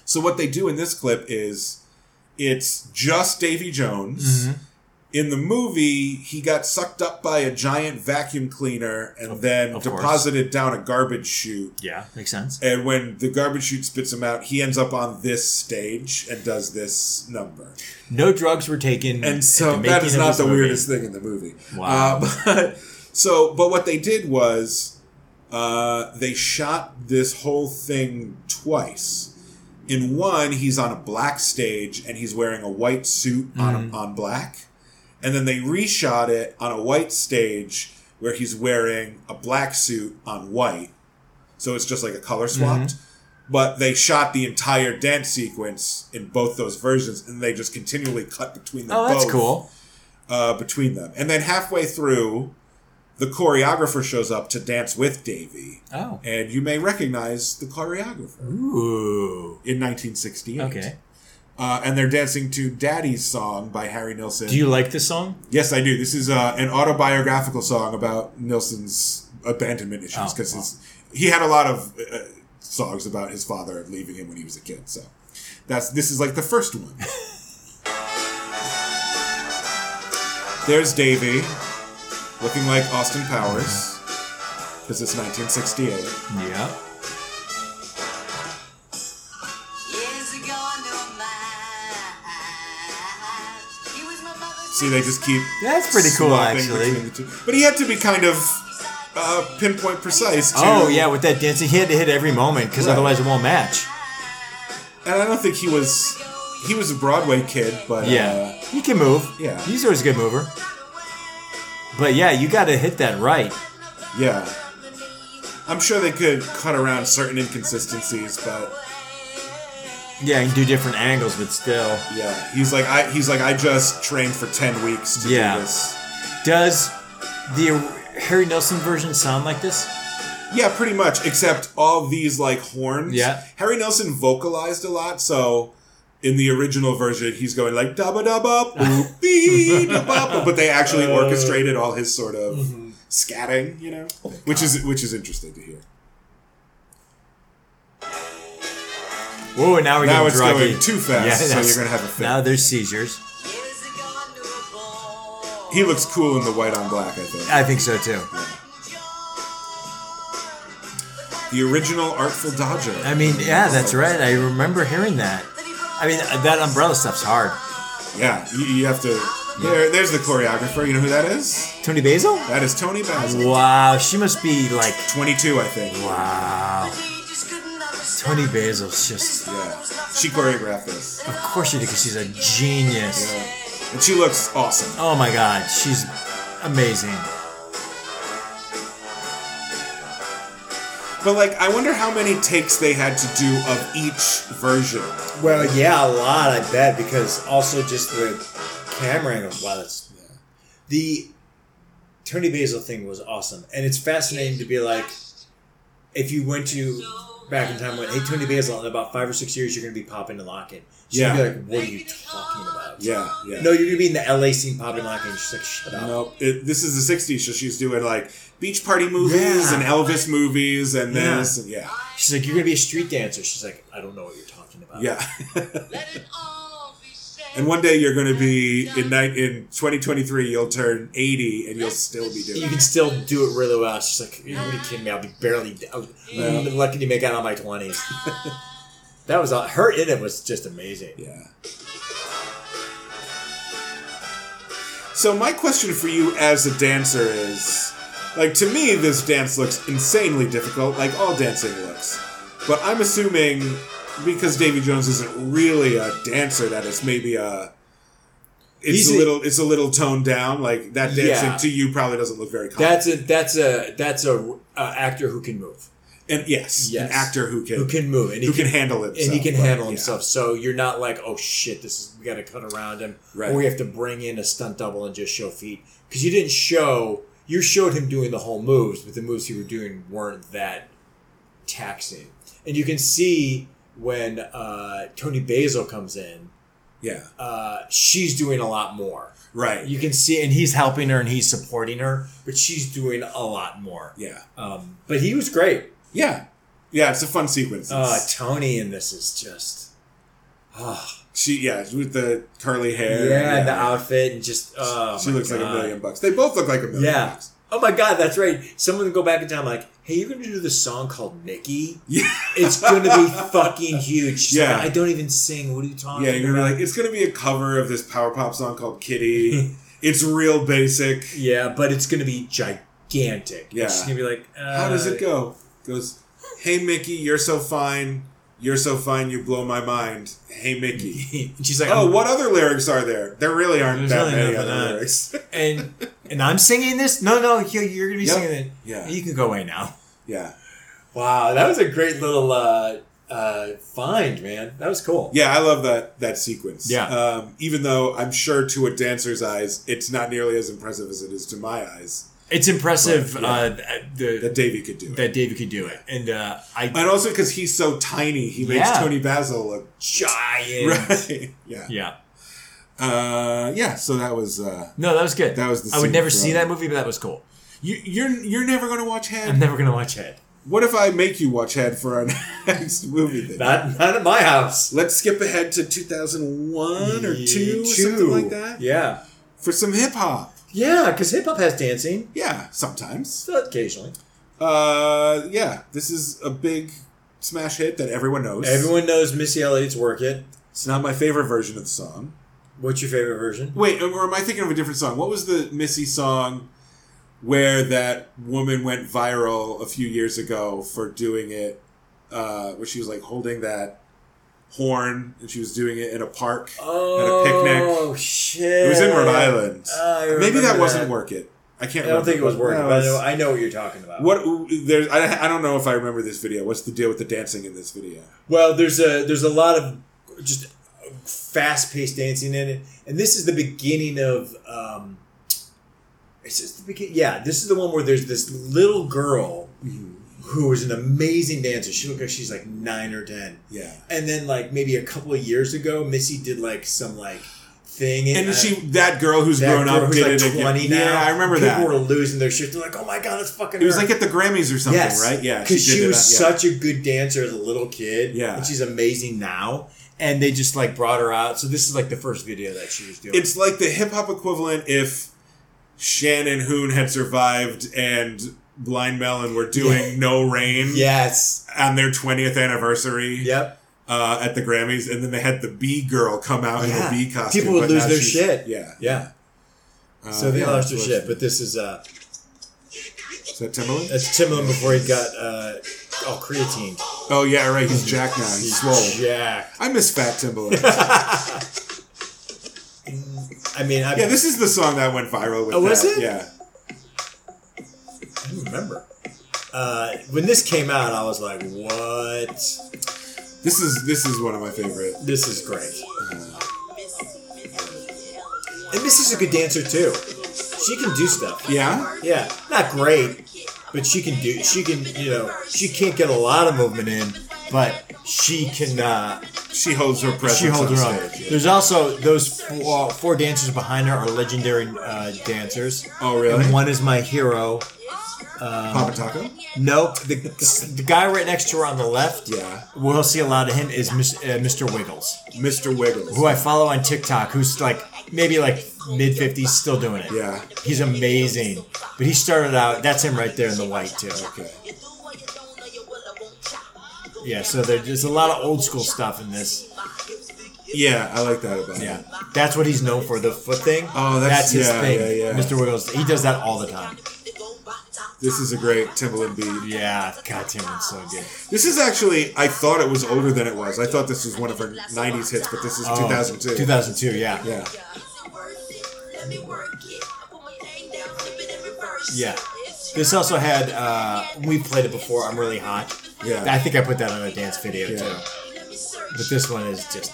So what they do in this clip is it's just Davy
Mm-hmm.
Jones. In the movie, he got sucked up by a giant vacuum cleaner and then
of course.
deposited down a garbage chute.
Yeah, makes sense.
And when the garbage chute spits him out, he ends up on this stage and does this number.
No drugs were taken. at
And so
the
that
making
is
of
not
this
the
movie.
weirdest thing in the movie.
Wow.
Uh, but, so, but what they did was uh, they shot this whole thing twice. In one, he's on a black stage and he's wearing a white suit
Mm-hmm.
on, on black. And then they reshot it on a white stage where he's wearing a black suit on white. So it's just like a color swapped.
Mm-hmm.
But they shot the entire dance sequence in both those versions, and they just continually cut between them.
Oh, that's
both
cool.
uh, between them. And then halfway through, the choreographer shows up to dance with Davy.
Oh.
And you may recognize the choreographer
Ooh.
in 1968.
Okay.
Uh, and they're dancing to Daddy's Song by Harry Nilsson.
Do you like this song?
yes, I do. This is uh, an autobiographical song about Nilsson's abandonment issues
Oh,
because
wow.
he had a lot of uh, songs about his father leaving him when he was a kid. So that's this is like the first one. There's Davy, looking like Austin Powers, because it's 1968.
Yeah.
See, they just keep.
That's pretty cool,
swapping
actually.
between the two. But he had to be kind of uh, pinpoint precise. Too.
Oh yeah, with that dancing, he had to hit every moment because
Right.
otherwise it won't match.
and I don't think he was. He was a Broadway kid, but
Yeah,
uh,
he can move.
yeah.
he's always a good mover. But yeah, you got to hit that right.
uh, yeah. I'm sure they could cut around certain inconsistencies, but
Yeah, you can do different angles, but still.
Yeah, he's like I he's like I just trained for ten weeks to
Yeah.
do this.
Does the Harry Nilsson version sound like this?
Yeah, pretty much. Except all these like horns.
Yeah.
Harry Nelson vocalized a lot, so in the original version, he's going like dabba dabba boop bee da ba ba, but they actually
Uh.
orchestrated all his sort of
Mm-hmm.
scatting, you know, which is which is interesting to hear.
Whoa, now we're
Now
getting
it's
druggy.
going too fast, so
that's-
you're gonna have a fit.
Now there's seizures.
He looks cool in the white on black. I think
I think so too.
the original Artful Dodger.
I mean, yeah, that's right. I remember hearing that. I mean, that umbrella stuff's hard.
Yeah, you, you have to. There, there's the choreographer. You know who that is?
Tony Basil?
That is Tony Basil.
Wow, she must be like,
22, I think.
wow. Tony Basil's just,
Yeah. She choreographed this.
of course she did, because she's a genius.
Yeah. And she looks awesome.
Oh my god, she's amazing.
But, like, I wonder how many takes they had to do of each version.
Well, yeah, a lot, I bet, because also just the camera angle. Wow, that's the Tony Basil thing was awesome, and it's fascinating to be like, if you went to back in time, went, hey, Tony Basil, in about five or six years, you're going to be popping and locking. She's
Yeah.
gonna be like, what are you talking about?
Yeah, yeah.
No, you're going to be in the LA scene popping and locking. She's like, shut up.
No, it, this is the 60s, so she's doing, like, beach party movies
Yeah.
and Elvis movies and
Yeah.
this. And yeah.
She's like, you're going to be a street dancer. She's like, I don't know what you're talking about.
Yeah. and one day you're going to be in, night in 2023, you'll turn 80 and you'll still be doing
You
it.
can still do it really well. She's like, "Are you kidding me? I'll be barely I'll, I'm lucky to make out on my twenties. that was all- her in it was just amazing.
Yeah. So my question for you as a dancer is like to me this dance looks insanely difficult like all dancing looks. But I'm assuming because Davy Jones isn't really a dancer that it's maybe a it's
He's
a
a-
little it's a little toned down like that dancing
Yeah.
to you probably doesn't look very confident.
That's a that's a that's a uh, actor who can move,
and yes,
Yes.
an actor who can
who can move, and he
who can handle it
and he can handle himself. So you're not like, oh shit, this is we got to cut around him,
Right.
or we have to bring in a stunt double and just show feet because you didn't show you showed him doing the whole moves, but the moves he was doing weren't that taxing. And you can see when uh, Tony Basil comes in,
Yeah.
uh, she's doing a lot more.
Right.
You can see, and he's helping her and he's supporting her, but she's doing a lot more.
yeah.
Um, but he was great.
Yeah. Yeah, it's a fun sequence.
Uh,
It's-
Tony in this is just. ah.
She yeah, with the curly hair.
Yeah, and the outfit and just oh
she
my
looks like a
God.
million bucks. They both look like a million
Yeah.
bucks.
Oh my god, that's right. Someone go back in time like, hey, you're gonna do this song called Nikki?
Yeah.
It's gonna be fucking huge. She's
Yeah.
like, I don't even sing. What are you talking
Yeah, you're gonna
about?
be like, it's gonna be a cover of this power pop song called Kitty. it's real basic.
yeah, but it's gonna be gigantic.
Yeah.
She's gonna be like, uh,
How does it go? Goes, Hey Mickey, you're so fine. You're so fine, you blow my mind. Hey Mickey.
and she's like,
Oh,
oh,
what other lyrics are there? There really aren't
There's
that
really
many
nothing
other
on.
lyrics.
And and I'm singing this? No, no, you- you're gonna be
Yep.
singing it.
Yeah.
You can go away now.
yeah.
wow, that was a great little uh, uh, find, man. That was cool.
Yeah, I love that that sequence.
Yeah.
Um, even though I'm sure to a dancer's eyes, it's not nearly as impressive as it is to my eyes
It's impressive
Right, yeah.
uh, the,
that Davey could do it.
that David could do it. And uh, I
And also because he's so tiny, he makes
Yeah.
Tony Basil look
Giant.
right. Yeah.
yeah.
Uh, yeah. So that was. Uh,
No, that was good.
That was the
I would
scene
never
from-
see that movie, but that was cool.
you, you're you're never gonna watch Head.
I'm never gonna watch Head.
what if I make you watch Head for our next movie? Then
Not, not at my house.
let's skip ahead to 2001 or two, or
Two.
something like that,
Yeah.
for some hip hop.
Yeah, because hip hop has dancing.
Yeah, sometimes.
So occasionally.
Uh, yeah. This is a big smash hit that everyone knows.
Everyone knows Missy Elliott's Work It.
It's not my favorite version of the song.
What's your favorite version?
Wait, or am I thinking of a different song? What was the Missy song where that woman went viral a few years ago for doing it? Uh, where she was like holding that horn and she was doing it in a park at a picnic.
shit.
It was in Rhode Island.
I
Maybe
Ah, remember
that wasn't
that.
Work It. I can't.
I don't
remember.
think it was working,
No,
but I
it's-
know, I know what you're talking about.
What there's I, I don't know if I remember this video. What's the deal with the dancing in this video?
Well, there's a there's a lot of just fast paced dancing in it, and this is the beginning of. Um, it's just the beginning. Yeah, this is the one where there's this little girl who is an amazing dancer. She looks like she's like nine or ten.
Yeah.
And then like maybe a couple of years ago, Missy did like some like thing,
And
I-
she that girl who's
that
grown
girl
up
who's
did
like
it again.
twenty now.
Yeah, I remember
People
that.
were losing their shit. They're like, "Oh my god, it's fucking."
it was
her."
like at the Grammys or something,
yes,
right? Yeah,
because she,
did
was
that, yeah.
such a good dancer as a little kid.
Yeah.
and she's amazing now. And they just like brought her out. So this is like the first video that she was doing.
It's like the hip hop equivalent if Shannon Hoon had survived and Blind Melon were doing No Rain
yes,
on their 20th anniversary
yep.
uh, at the Grammys, and then they had the B girl come out in
Yeah.
a bee costume.
People would
but
lose
now
their
she's-
shit.
Yeah.
Yeah.
Uh,
So they
yeah,
lost her
of
shit.
course.
But this is uh,
Is that Timberland?
that's Timbaland before he got uh, all creatine.
Oh yeah, right. He's Jack now. He's swole.
Jack.
I miss Fat Timberland.
I mean, I,
yeah, this is the song that went viral. With
Oh, was
that.
it?
Yeah.
I don't remember. Uh, when this came out, I was like, "What?
This is this is one of my favorite.
This is great." And Missy's a good dancer too. She can do stuff.
Yeah.
Yeah, not great, but she can do. She can, you know, she can't get a lot of movement in, but she can. Uh,
She holds her presence.
she holds
on
her own.
stage, yeah.
There's also those four, four dancers behind her are legendary uh, dancers.
Oh really?
And one is my hero.
Papa Taco.
Nope, the, the guy right next to her on the left.
Yeah.
We'll see a lot of him is Mis- uh, Mr. Wiggles,
Mr. Wiggles.
who I follow on TikTok, who's like maybe like mid 50s, still doing it.
Yeah.
He's amazing. But he started out, that's him right there in the white, too.
Okay.
Yeah, so there- there's a lot of old school stuff in this.
Yeah, I like that about
Yeah,
it.
that's what he's known for the foot thing.
Oh, that's-
his
yeah,
thing.
yeah, yeah.
Mr. Wiggles, he does that all the time.
This is a great Timbaland beat.
Yeah, God damn, it's so good.
This is actually, I thought it was older than it was. I thought this was one of her 90s hits, but this is
Oh,
2002.
2002, yeah.
Yeah.
Yeah. This also had, uh, we played it before, I'm Really Hot.
Yeah.
I think I put that on a dance video,
Yeah.
too. But this one is just,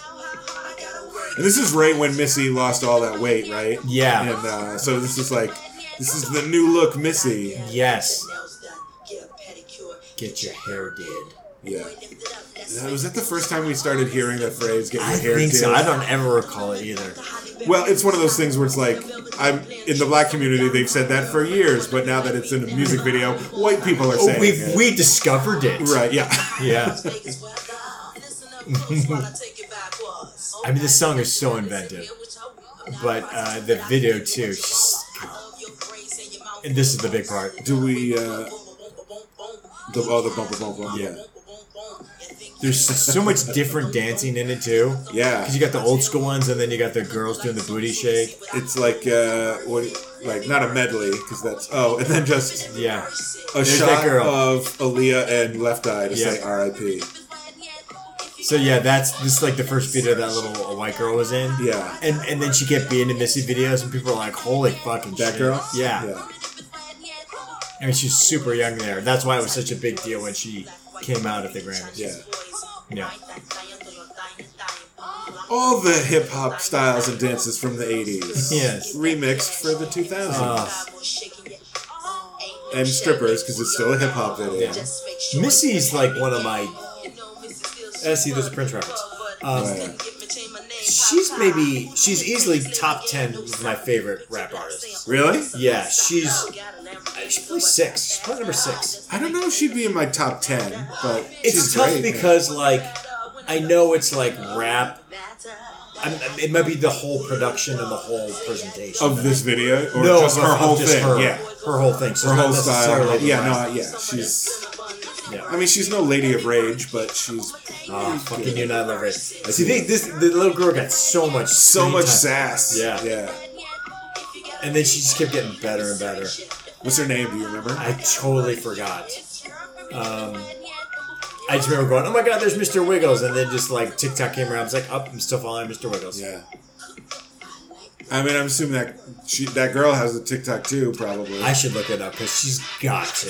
And this is right when Missy lost all that weight, right?
Yeah.
And uh, so this is like, this is the new look Missy.
yes. Get your hair did.
Yeah. Uh, Was that the first time we started hearing that phrase, get your
I
hair
think
did?
so. I don't ever recall it either.
Well, it's one of those things where it's like I'm in the black community. They've said that for years, but now that it's in a music video, white people are saying
Oh, we
it.
we discovered it.
right, yeah,
Yeah.
I mean, this song is so inventive, but uh, the video too. she's-
And this is the big part.
Do we, uh, the oh, the bumper bumper, yeah,
There's so much different dancing in it too.
yeah.
Because you got the old school ones, and then you got the girls doing the booty shake.
It's like uh, what, like not a medley because that's oh, and then just
Yeah.
a
There's
shot
that girl.
of Aaliyah and Left Eye to
Yeah.
say R.I.P.
So yeah, that's this is like the first video that little uh, white girl was in.
Yeah.
And and then she kept being in Missy videos, and people are like, "Holy fucking
That
shit.
girl,
Yeah.
yeah.
And she's super young there. That's why it was such a big deal when she came out at the Grammys.
Yeah.
Yeah.
All the hip hop styles and dances from the '80s,
Yes.
remixed for the 2000s,
Ah.
and strippers because it's still a hip hop video.
Yeah. Missy's like one of my. Uh, see, there's a Prince reference. Um,
Right.
She's maybe she's easily top ten of my favorite rap artists.
Really?
Yeah, she's she plays six. She's probably number six.
I don't know if she'd be in my top ten, but
It's
she's
tough
great, man.
because like I know it's like rap. I'm, I'm- it might be the whole production and the whole presentation
of this video or
no,
just
of-
her
of
whole
just
thing.
Her,
Yeah,
her whole thing. So
her
it's
whole
not necessarily
style.
the
Yeah,
rap.
no, yeah, she's.
Yeah.
I mean, she's no lady of rage, but she's
Oh, fucking you not love it. See, they, this the little girl got so much,
so
screen
much
time.
sass.
Yeah.
yeah.
and then she just kept getting better and better.
What's her name? Do you remember?
I totally forgot. Um, I just remember going, "Oh my god, there's Mr. Wiggles," and then just like TikTok came around, I was like, "Up, I'm still following Mr. Wiggles."
yeah. I mean, I'm assuming that she, that girl has a TikTok too, probably.
I should look it up because she's got to.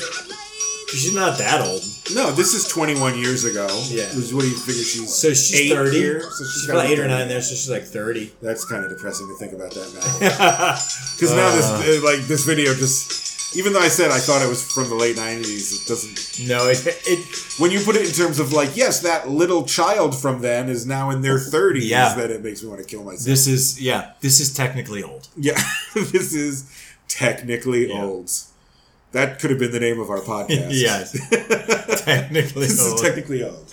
'Cause She's not that old.
no, this is 21 years ago.
Yeah.
This is what do you figure she's?
So she's
eight
30.
here? So
she's
she's
about
gotta be
eight or
30.
nine there, so she's like 30.
That's kind of depressing to think about that now. Because now this uh, like this video just, even though I said I thought it was from the late 90s, it doesn't.
No, it, it
When you put it in terms of like, yes, that little child from then is now in their 30s,
Yeah.
that it makes me want to kill myself.
This is yeah. This is technically old.
Yeah, this is technically old. That could have been the name of our podcast.
Yes. technically
this
old.
is technically old.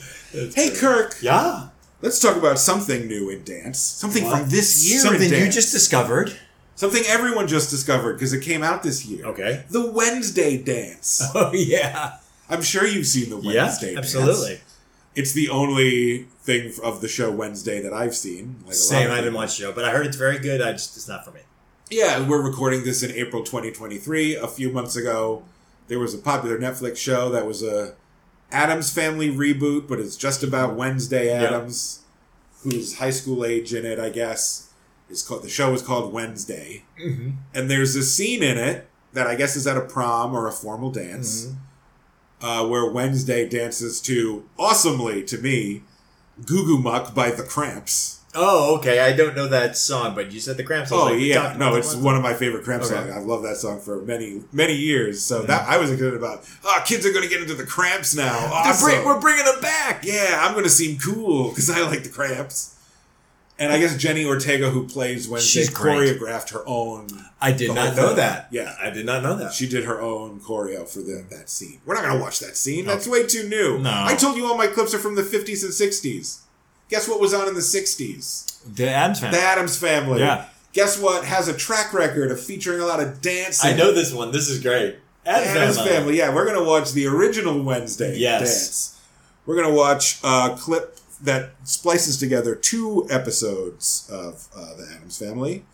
Hey, Kirk,
yeah.
let's talk about something new in dance. Something from this year.
Something
in
you
dance.
just discovered.
Something everyone just discovered because it came out this year.
Okay.
The Wednesday dance.
Oh yeah,
I'm sure you've seen the Wednesday dance.
absolutely.
It's the only thing of the show Wednesday that I've seen. Like a lot
Same.
of
I didn't
people.
watch the show, but I heard it's very good. I just it's not for me.
Yeah, we're recording this in April 2023. A few months ago, there was a popular Netflix show that was a Adams Family reboot, but it's just about Wednesday Adams, who's high school age in it, I guess. Is called the show is called Wednesday,
Mm-hmm.
and there's a scene in it that I guess is at a prom or a formal dance,
Mm-hmm.
uh, where Wednesday dances to awesomely to me, "Goo Goo Muck" by the Cramps.
Oh, okay. I don't know that song, but you said the Cramps. I was
Oh
like, we
yeah,
talked about
no,
that
it's
once.
one of my favorite Cramps
Okay.
songs. I've loved that song for many many years. So that I was excited about. Ah, kids are going to get into the Cramps now. Awesome.
They're bring- we're bringing them back.
yeah, I'm going to seem cool because I like the Cramps. And I guess Jenny Ortega, who plays Wednesday,
She's great.
choreographed her own.
I did
the
not
whole
know
thing.
that.
Yeah,
I did not know that.
she did her own choreo for the, that scene. We're not going to watch that scene. That's way too new.
No.
I told you all my clips are from the 50s and 60s. Guess what was on in the 60s?
The Adams fan.
The Adams Family.
Yeah.
Guess what? Has a track record of featuring a lot of dancing.
I know this one. This is great. Adam's
Adams Family. Yeah, we're gonna watch the original Wednesday
Yes.
dance. We're gonna watch a clip that splices together two episodes of uh, the Adams Family,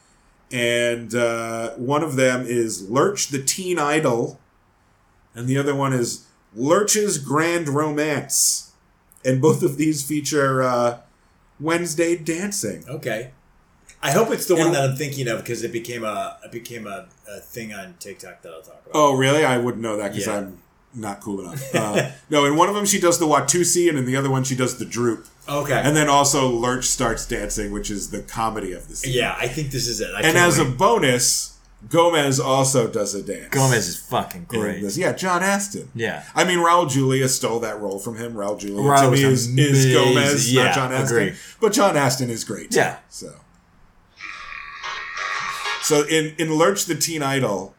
and uh, one of them is Lurch the Teen Idol, and the other one is Lurch's Grand Romance, and both of these feature uh, Wednesday dancing.
Okay. I hope it's the one
And-
that I'm thinking of because it became a it became a, a thing on TikTok that I'll talk about.
Oh, really? I wouldn't know that because
Yeah.
I'm not cool enough. Uh, no, in one of them she does the Watusi, and in the other one she does the droop.
Oh, okay.
And then also Lurch starts dancing, which is the comedy of the scene.
yeah, I think this is it. I
And as a bonus, Gomez also does a dance.
Gomez is fucking
in
great.
this- Yeah, John Aston.
Yeah.
I mean, Raul Julia stole that role from him. Raul Julia
Raul
to me
was
is, is
amazing.
Gomez,
Yeah,
not John Aston.
agree.
But John Aston is great. too.
Yeah.
So. So in in Lurch the Teen Idol,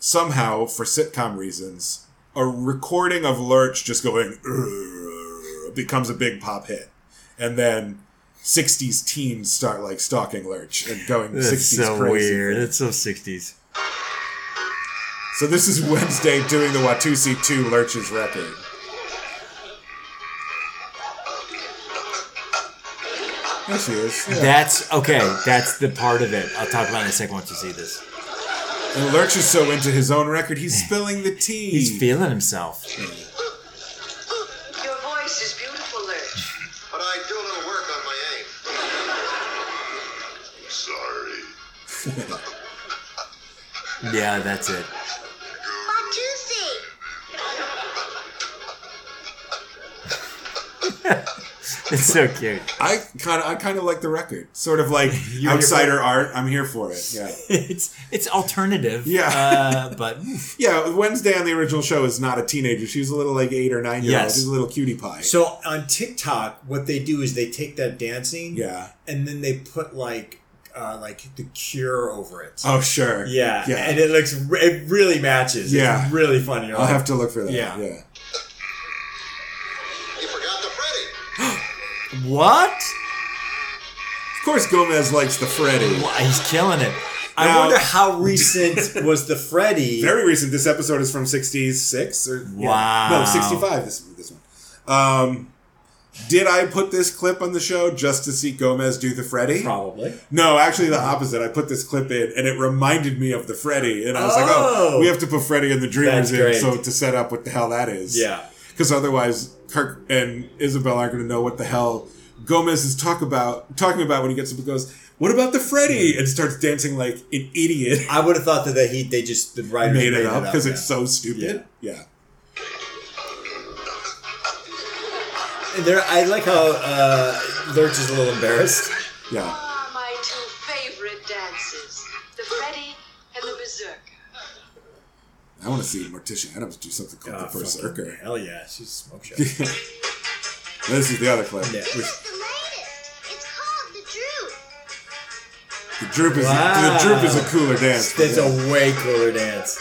somehow for sitcom reasons, a recording of Lurch just going "Urgh," becomes a big pop hit, and then. 60s teens start like stalking Lurch and going 60s crazy.
That's so 60s.
So this is Wednesday doing the Watusi 2 Lurch's record. There she is. Yeah.
That's okay. That's the part of it. I'll talk about it in a second once you see this.
And Lurch is so into his own record, he's spilling the tea.
He's feeling himself.
Your voice is beautiful, Lurch.
But I do a little work on my aim. Sorry.
Yeah, that's it.
What you see?
It's so cute.
I kind of, I kind of like the record. Sort of like
here
outsider art. I'm here for it. Yeah,
It's it's alternative.
Yeah.
Uh, but
yeah. Wednesday on the original show is not a teenager. She was a little like eight or nine year old.
Yes.
She's a little cutie pie.
so on TikTok, what they do is they take that dancing,
yeah.
and then they put like uh, like the Cure over it.
Oh sure.
yeah,
Yeah.
and it looks re- it really matches.
Yeah.
it's really funny.
I'll have to look for that.
Yeah.
Yeah.
You forgot the Freddy.
what?
Of course, Gomez likes the Freddy.
Why, he's killing it.
I
Now-
wonder how recent was the Freddy.
very recent. This episode is from '66 or yeah.
Wow.
no '65. This this one. Um, did I put this clip on the show just to see Gomez do the Freddy?
probably.
No, actually the opposite. I put this clip in, and it reminded me of the Freddy, and I was like, "Oh,
Oh.
we have to put Freddy and the Dreamers
That's
in,
great.
so to set up what the hell that is."
Yeah.
because otherwise Kirk and Isabel aren't going to know what the hell Gomez is talk about talking about when he gets up and goes, What about the Freddy? And starts dancing like an idiot.
I would have thought that, that he they just the
I
writers
made it up because
yeah.
it's so stupid. Yeah.
And there. I like how uh, Lurch is a little embarrassed.
Yeah.
Ah, my two favorite dances the Freddy and the Berserker.
I want to see Morticia Adams do something called
Ah,
the First
fucking
Circuit.
Hell yeah, she's a smoke show.
This is the other clip.
Yeah.
This is the latest. It's called the Droop.
The droop is
Wow.
the droop is a cooler dance.
That's
yeah.
a way cooler dance.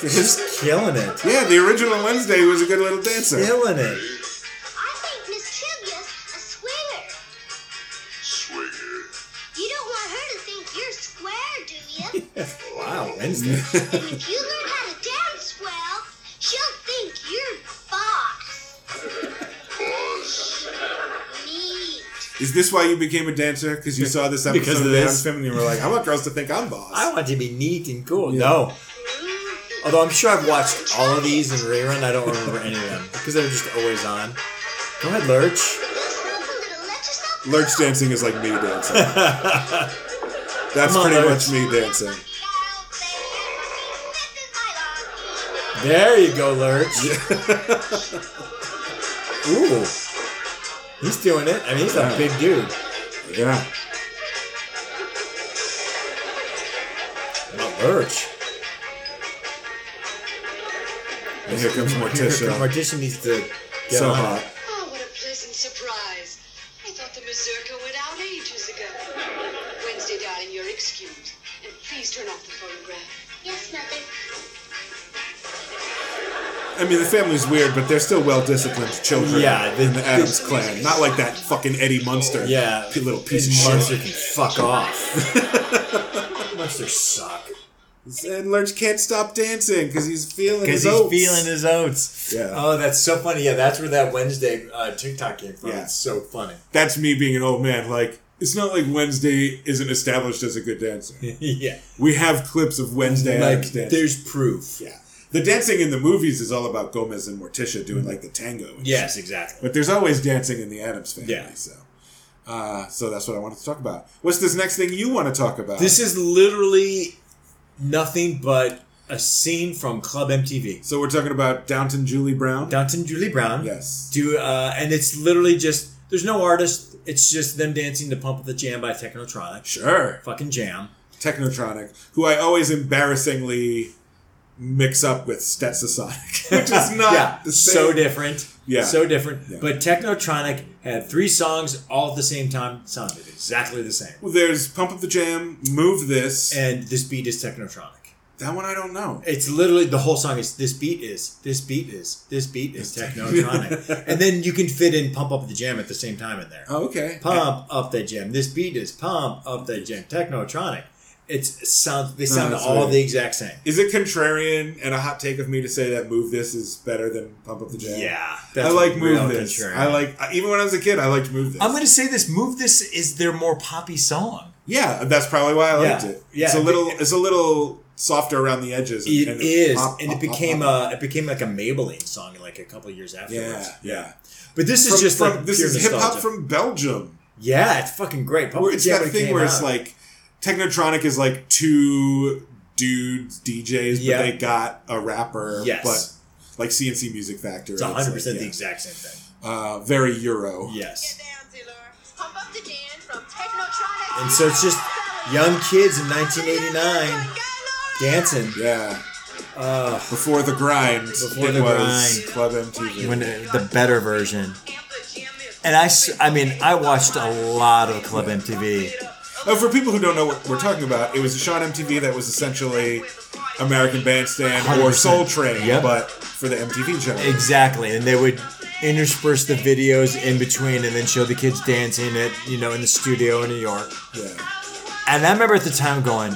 She's killing it.
yeah, the original Wednesday was a good little dancer.
Killing it.
I think Miss Trivia's a swinger.
Swinger.
You don't want her to think you're square, do you?
Wow, Wednesday.
and if you learn how to dance well, she'll think you're boss.
Boss.
Neat.
Is this why you became a dancer? Because you saw this episode
Because of
of Adam's
this.
Family and you were like, I want girls to think I'm boss.
I want to be neat and cool. No. Although I'm sure I've watched all of these in rerun, I don't remember any of them because they're just always on. Go ahead, Lurch.
That's something that'll let yourself
Lurch dancing is like me dancing. That's
Come on,
pretty
Lurch.
much me dancing.
There you go, Lurch. Ooh. He's doing it. I mean, he's a
Yeah.
big dude.
Yeah.
Not Lurch.
And here comes Morticia.
Morticia needs to get
So
on it.
hot.
Oh, what a pleasant surprise. I thought the mazurka went out ages ago. Wednesday, darling, you're excused. And please turn off the phonograph. Yes, Mother.
I mean, the family's weird, but they're still well disciplined children.
Yeah, they-
in the Adams clan. Not like that fucking Eddie Munster.
Yeah.
p- Little piece
This
of
Munster
shit.
can fuck off. Munsters suck.
And Lurch can't stop dancing because he's feeling
Because
his
he's
oats.
feeling his oats.
Yeah.
Oh, that's so funny. Yeah, that's where that Wednesday uh, TikTok came from.
Yeah.
It's so funny.
That's me being an old man. Like, it's not like Wednesday isn't established as a good dancer.
yeah.
We have clips of Wednesday
Like,
Adams dancing.
there's proof.
Yeah. The dancing in the movies is all about Gomez and Morticia doing like the tango. and
Yes, exactly.
But there's always dancing in the Adams family.
Yeah.
So, uh, so that's what I wanted to talk about. What's this next thing you want to talk about?
This is literally nothing but a scene from Club MTV.
so we're talking about Downton Julie Brown.
Downton Julie Brown.
yes.
Do uh, and it's literally just there's no artist. It's just them dancing to "Pump Up the Jam" by Technotronic.
Sure.
Fucking jam.
Technotronic, who I always embarrassingly mix up with Stetsasonic, which is not
yeah,
the same.
so different.
Yeah.
so different.
Yeah.
But Technotronic had three songs all at the same time, sounded exactly the same.
There's Pump Up the Jam, Move This.
And this beat is Technotronic.
that one I don't know.
It's literally the whole song is this beat is this beat is this beat is Technotronic, and then you can fit in "Pump Up the Jam" at the same time in there.
Oh, okay.
Pump up the jam. This beat is pump up the jam. Technotronic. It's it sounds. They sound
that's
all
right.
the exact same.
Is it contrarian and a hot take of me to say that Move This is better than Pump Up the Jam? I
that's
like
real
Move This.
contrarian.
I like I- even when I was a kid, I liked Move This.
I'm going to say this. Move This is their more poppy song.
yeah, that's probably why I liked
Yeah,
it.
yeah.
it's a little it's a little softer around the edges.
It
and
is,
pop,
and it
pop, pop,
became
pop, pop.
a it became like a Maybelline song like a couple years
yeah,
afterwards.
yeah.
But this is
From-
just
from-
like
this
pure
is hip hop
nostalgia.
from Belgium.
yeah, it's fucking great. Pump
Where
Up
it's
the Jam
that
when it
thing
came
where it's
out.
like Technotronic is like two dudes DJs,
Yeah.
but they got a rapper.
Yes.
but like CNC Music Factory.
it's 100 percent
like,
the
yeah.
exact same thing.
uh, very Euro.
Yes,
Pump up the jam from Technotronic.
and so it's just young kids in 1989 dancing.
Yeah.
Uh,
Before the grind,
Before
it
the
was
grind.
Club MTV.
When the, the better version. And I, s- I mean, I watched a lot of Club MTV.
Oh, for people who don't know what we're talking about, it was a show on MTV that was essentially American Bandstand or
100%.
Soul Train,
Yep.
but for the MTV channel.
Exactly. And they would intersperse the videos in between and then show the kids dancing at, you know, in the studio in New York.
Yeah.
And I remember at the time going,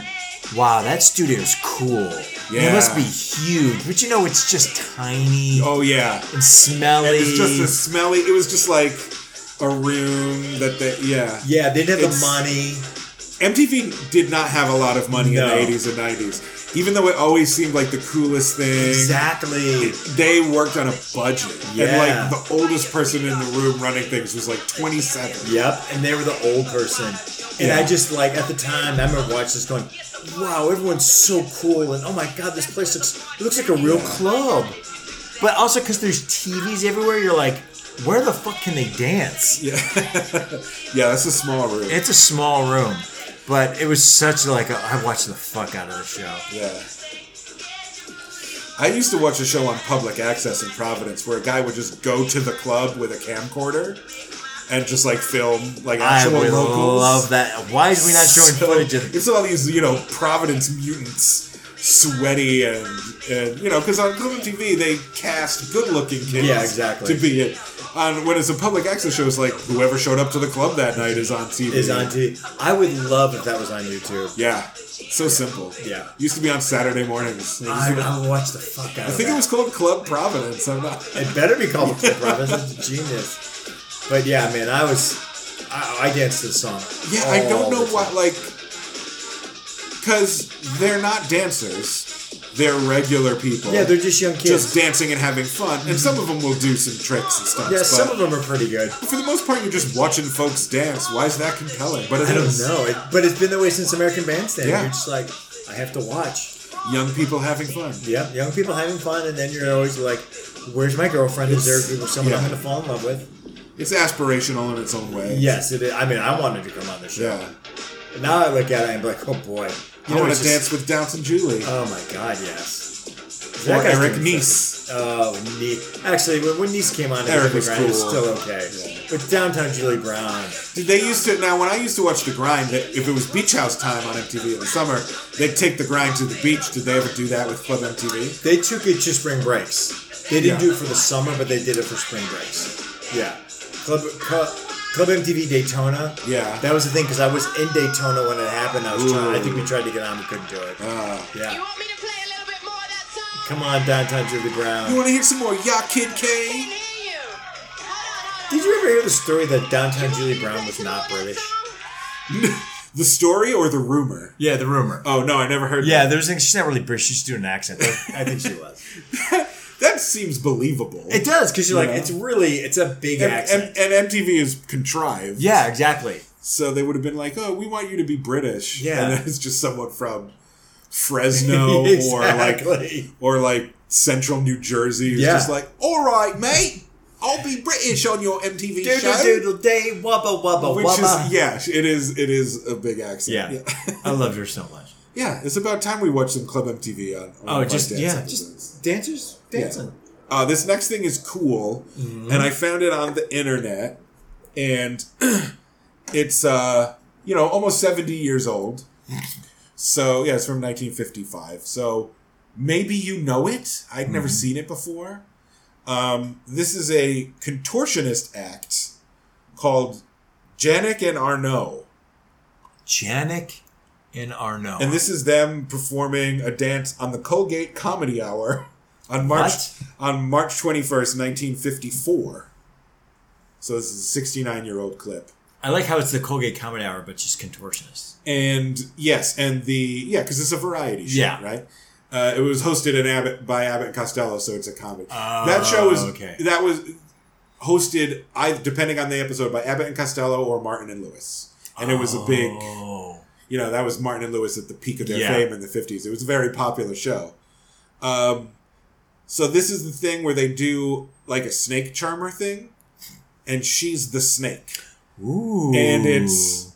wow, that studio's cool. Yeah. It
Yeah.
must be huge. But you know, it's just tiny
Oh yeah,
and smelly.
and it's just a smelly. It was just like a room that they yeah.
yeah, they didn't have
It's-
the money.
MTV did not have a lot of money
No.
in the 80s and 90s. Even though it always seemed like the coolest thing,
Exactly.
they worked on a budget.
Yeah.
And like the oldest person in the room running things was like 27.
Yep, and they were the old person. And I just like at the time I remember watching this going, Wow, everyone's so cool and oh my god, this place looks it looks like a real club.
But also because there's TVs everywhere, you're like, where the fuck can they dance?
Yeah, yeah, that's a small room.
It's a small room, but it was such like a, I watched the fuck out of the show.
yeah. I used to watch a show on public access in Providence where a guy would just go to the club with a camcorder and just like film like
I
actual
would
locals.
love that. Why is we not showing
So,
footage of
It's all these, you know, Providence mutants, sweaty and, and you know, because on Cleveland TV they cast good-looking kids.
Yeah, exactly.
To be it. On when it's a public access show, it's like whoever showed up to the club that night is on TV.
Is on TV. I would love if that was on YouTube.
Yeah, so simple.
Yeah.
used to be on Saturday mornings.
I, I would watch the fuck out
I
of
think it
that.
was called Club Providence. I'm not.
It better be called the Club Robbins. That's a genius. But yeah, man, I was I, I danced to the song.
Yeah, I
all
don't know
the
why.
time.
Like, because they're not dancers; they're regular people.
Yeah, they're just young kids.
just dancing and having fun. And some of them will do some tricks and stuff.
yeah,
but
some of them are pretty good.
for the most part, you're just watching folks dance. Why is that compelling? But it
I don't
is.
know, it, but it's been that way since American Bandstand.
Yeah.
You're just like, I have to watch.
Young people having fun.
Yep, young people having fun, and then you're always like, "Where's my girlfriend? Is there someone I'm
yeah.
going to fall in love with?"
It's aspirational in its own way.
Yes, it is. I mean, I wanted to come on the show.
Yeah.
And Now I look at it and I'm like, "Oh boy,
You want
it's
to
just-
dance with Downton Julie
Oh my God, yes.
or
That guy's
Eric
doing
Nice.
Oh, Nice. Actually, when, when Nice came on,
Eric
Eric was
was
Grind, it was
cool.
still okay. But Downtown Julie Brown,
Did they used to now? When I used to watch The Grind, that if it was Beach House time on MTV in the summer, they'd take The Grind to the beach. Did they ever do that with Club MTV?
they took it to spring breaks. They didn't
Yeah.
do it for the summer, but they did it for spring breaks. Yeah. Club, Club, Club MTV Daytona.
Yeah.
That was the thing because I was in Daytona when it happened. I was trying. I
Ooh.
think we tried to get on, we couldn't do it.
Uh,
You
Yeah.
want me to play a little bit more of that song?
Come on, Downtown Julie
you
Brown.
want to hear some more Ya Kid
I can
K?
hear you.
Did you ever hear the story that Downtown Julie Brown was not British?
The story or the rumor?
Yeah, the
Uh,
rumor.
Oh no, I never heard.
Yeah, there's she's not really British. She's doing an accent.
I think she was.
that seems believable.
It does because you're like,
Yeah.
it's really, it's a big accent.
and, and, and MTV is contrived.
yeah, exactly.
So they would have been like, "Oh, we want you to be British."
Yeah.
and it's just someone from Fresno or like
Exactly.
or like Central New Jersey who's
Yeah.
just like, "All right, mate, I'll be British on your MTV
Doodle
show."
doodle day, wubba wubba
Which
wubba.
is yeah, it is it is a big accent.
Yeah, I loved her so much.
Yeah, It's about time we watched some Club MTV on. on
Oh,
one of
just-
our dance
yeah,
episodes.
dancers dancing.
Uh, this next thing is cool, and I found it on the internet, and it's uh, you know almost seventy years old. So yeah, it's from 1955. So maybe you know it. I'd never seen it before. Um, this is a contortionist act called Janik and Arnaud,
Janik and Arno.
and this is them performing a dance on the Colgate Comedy Hour on March
What?
on March 21st, 1954. So this is a 69 year old clip.
I like how it's the Colgate Comedy Hour, but just contortionist.
And yes, and the, yeah, because it's a variety show,
Yeah.
right? Uh, it was hosted in Abbott, by Abbott and Costello, so it's a comedy.
Oh,
that show was,
okay.
that was hosted, I depending on the episode, by Abbott and Costello or Martin and Lewis. And it was a big,
Oh.
you know, that was Martin and Lewis at the peak of their
Yeah.
fame in the 50s. It was a very popular show. Um, so this is the thing where they do like a snake charmer thing, and she's the snake.
Ooh.
And it's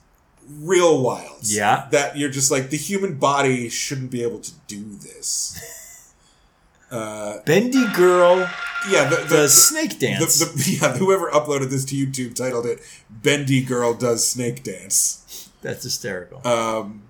real wild.
Yeah.
That you're just like, the human body shouldn't be able to do this. uh,
Bendy Girl,
yeah, the, the,
the, snake
the-
dance.
the- yeah, whoever uploaded this to YouTube titled it Bendy Girl Does Snake Dance.
That's hysterical.
Um,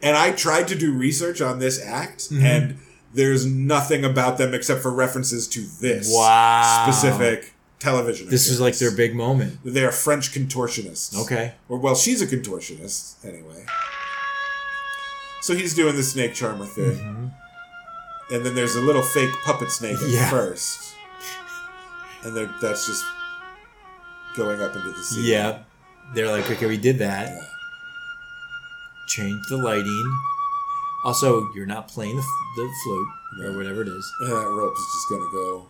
and I tried to do research on this act,
Mm-hmm.
and there's nothing about them except for references to this
Wow.
specific television.
this was like their
appearance.
big moment.
They're French contortionists.
Okay.
Or well, she's a contortionist anyway. So he's doing the snake charmer thing, and then there's a little fake puppet snake at
Mm-hmm. Yeah.
first, and they're- that's just going up into the sea.
Yeah. They're like, okay, we did that. Change the lighting. Also, you're not playing the, f- the flute or whatever it is.
And that rope is just gonna go.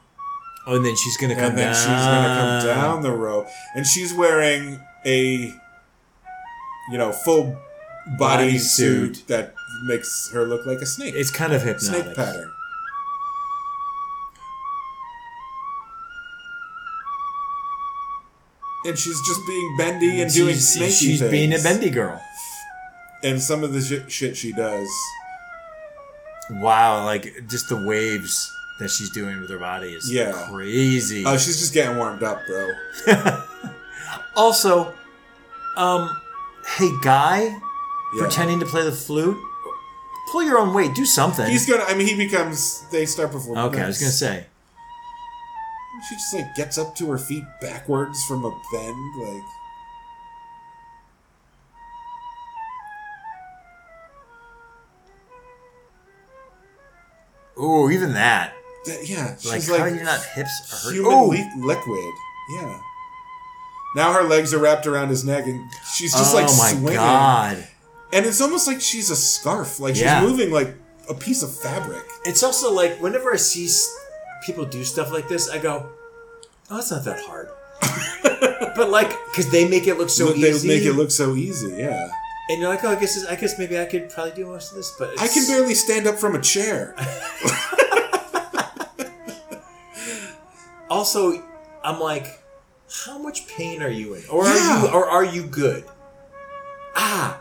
Oh, and then she's gonna come
and then
down.
she's gonna come down the rope, and she's wearing a, you know, full body
Body
suit,
suit.
that makes her look like a snake.
It's kind of hypnotic.
snake pattern. And she's just being bendy and
She's-
doing
she's-
snakey
She's
things.
being a bendy girl.
And some of the shit, shit she does.
Wow, like just the waves that she's doing with her body is
Yeah.
crazy.
Uh,
Oh, she's just getting warmed up, bro.
also, um, hey guy,
Yeah.
pretending to play the flute, pull your own weight, do something.
He's gonna. I mean, he becomes. They start performing.
okay, I was gonna say.
She just like gets up to her feet backwards from a bend, like.
Ooh, even that.
That, yeah,
Like,
she's
how
like,
are you not hips are hurt?
human
Ooh.
le- liquid. Yeah. Now her legs are wrapped around his neck, and she's just
oh
like
my
swinging.
god!
And it's almost like she's a scarf. Like
Yeah.
she's moving like a piece of fabric.
It's also like whenever I see s- people do stuff like this, I go, "Oh, that's not that hard." but like, because they make it look so
Look- they
easy,
make it look so easy. Yeah.
and you're like, "Oh, I guess this, I guess maybe I could probably do most of this." But
I can
it's-
barely stand up from a chair.
Also, I'm like, "How much pain are you in, or
Yeah.
are you, or are you good?" Ah,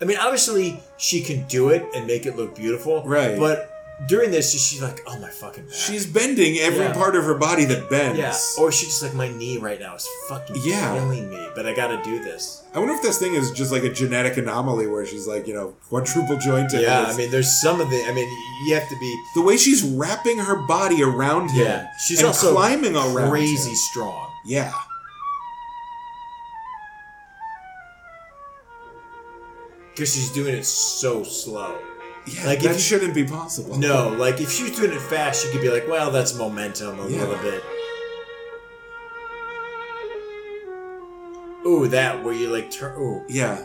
I mean, obviously she can do it and make it look beautiful,
Right.
But during this, she's like, "Oh my fucking." back."
She's bending every
Yeah.
part of her body that bends.
Yeah, or she's just like my knee right now is fucking
Yeah.
killing me, but I gotta do this.
I wonder if this thing is just like a genetic anomaly where she's like, you know, quadruple jointed.
Yeah,
It's-
I mean, there's some of the. I mean, you have to be.
the way she's wrapping her body around him.
Yeah, she's
and
also
climbing around.
crazy
him.
strong.
Yeah.
Because she's doing it so slow.
Yeah,
Like, if
that
you-
shouldn't be possible.
No, like if she was doing it fast, she could be like, well, that's momentum a
Yeah.
little bit. Ooh, that where you like turn. Ooh.
Yeah.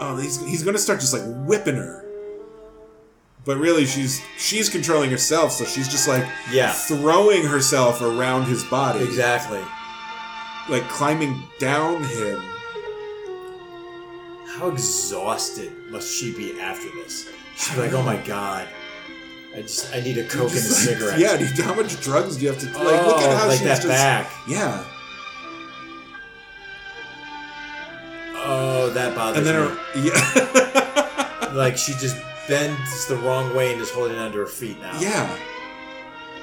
Oh, he's, he's gonna start just like whipping her. But really, she's she's controlling herself, so she's just like
Yeah.
throwing herself around his body,
Exactly.
like climbing down him.
How exhausted must she be after this? She's like, oh my god. I just, I need a Coke and a
Just like,
cigarette.
Yeah, dude, how much drugs do you have to like?
oh,
look at how
like
she's
that
just
back.
yeah,
Oh, that bothers
and then her
me.
yeah,
Like she just bends the wrong way and is holding onto her feet now.
yeah,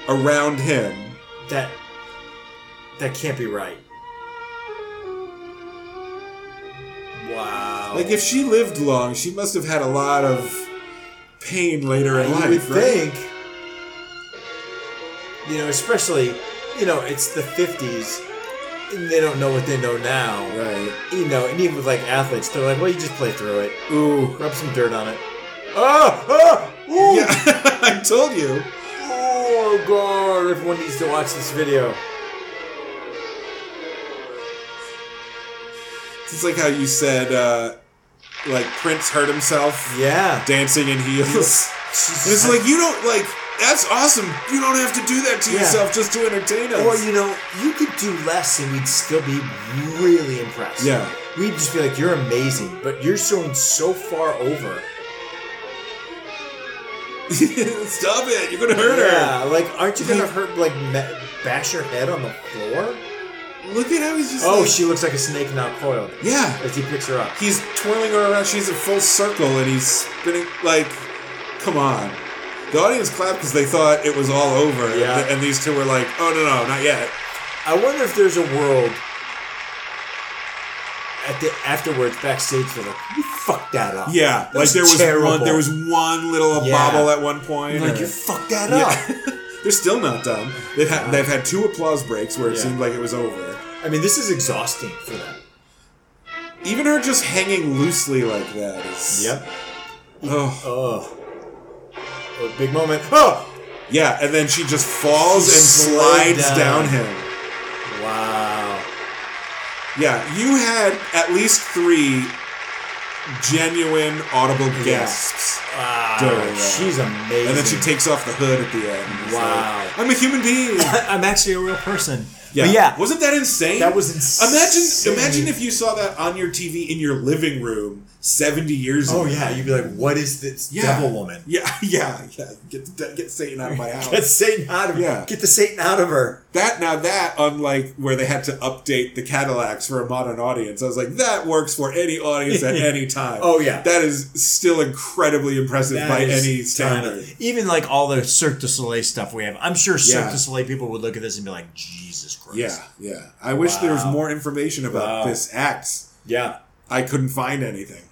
around him.
That that can't be right. Wow.
Like if she lived long, she must have had a lot of pain later in
you
life.
would
right?
think, you know, especially, you know, it's the fifties. And they don't know what they know now,
Right.
you know. And even with like athletes, they're like, "Well, you just play through it,
Ooh.
rub some dirt on it." Ah, ah, ooh,
Yeah, I told you.
oh god! Everyone needs to watch this video.
It's like how you said, uh, like Prince hurt himself
Yeah,
dancing in heels. And it's like you don't like. That's awesome. You don't have to do that to
Yeah.
yourself just to entertain us.
Or you know, you could do less and we'd still be really impressed.
Yeah.
We'd just be like, you're amazing, but you're showing so far over.
Stop it. You're gonna hurt
Yeah, like, aren't you gonna
Like-
hurt, like, ma- bash her head on the floor?
her. Look at how he's just.
Oh,
like-
she looks like a snake not coiled
Yeah.
as he picks her up.
He's twirling her around. She's in full circle, and he's spinning. Like, come on. The audience clapped because they thought it was all over.
Yeah.
And, and these two were like, "Oh no, no, not yet."
I wonder if there's a world at the afterwards backstage they're like, you fucked that up.
Yeah,
That
like there was
terrible.
one. There was one little
Yeah.
bobble at one point. or-
like you fucked that up.
yeah. They're still not done. They've had, they've had two applause breaks where it
Yeah.
seemed like it was over.
I mean, this is exhausting for them.
Even her just hanging loosely like that is. Oh,
Oh. Oh, big moment. Oh!
yeah, and then she just falls
She
and
slid
slides down.
down.
him.
Wow.
Yeah, you had at least three genuine audible gasps. during that.
Ah, She's amazing.
and then she takes off the hood at the end. and is
Wow.
like, I'm a human being.
I'm actually a real person. Yeah. But yeah.
Wasn't that insane?
That was insane.
Imagine imagine if you saw that on your TV in your living room 70 years ago.
Oh yeah, you'd be like, "What is this
Yeah.
devil woman?"
Yeah, yeah, yeah. Get the, get Satan out of my house.
Get Satan out of
Yeah.
Get the Satan out of her.
That now that unlike where they had to update the Cadillacs for a modern audience, I was like, that works for any audience at any time.
Oh, yeah.
that is still incredibly impressive
That
by
is
any
stunning.
standard.
Even like all the Cirque du Soleil stuff we have, I'm sure Cirque
Yeah.
du Soleil people would look at this and be like, Jesus Christ.
Yeah, yeah. I wish there was
Wow.
more information about
Wow.
this act.
Yeah,
I couldn't find anything.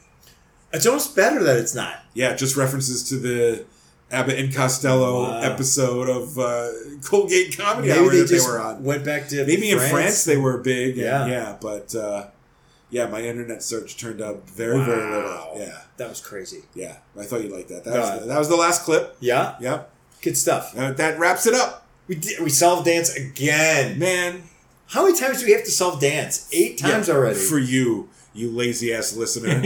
it's almost better that it's not.
Yeah, just references to the Abbott and Costello
Wow.
episode of uh, Colgate Comedy
Maybe
Hour
they uh,
that
just
they were on.
went back to
Maybe in France they were big. And, yeah,
Yeah.
but uh, yeah, my internet search turned up very, very little.
Wow.
Yeah,
That was crazy.
yeah. I thought you'd like that. That,
No.
was, the, that was the last clip.
Yeah,
Yep.
good stuff.
Uh, that wraps it up,
We did, we solved dance again.
man.
How many times do we have to solve dance? Eight times
Yeah,
already.
for you, you lazy ass listener.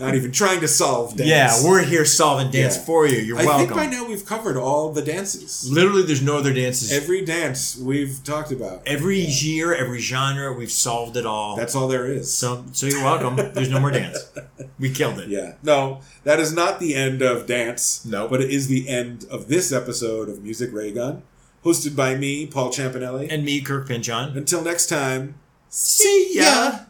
Not even trying to solve dance.
Yeah, we're here solving dance
Yeah.
for you. You're
I
welcome.
think by now we've covered all the dances.
Literally, there's no other dances. Every,
Every dance we've talked about.
year, every genre, we've solved it all.
That's all there is.
so, so you're welcome. There's no more dance. We killed it.
Yeah. No, that is not the end of Dance.
No.
But it is the end of this episode of Music Ray Gun, hosted by me, Paul Champanelli.
And me, Kirk Pinchon.
Until next time.
See ya.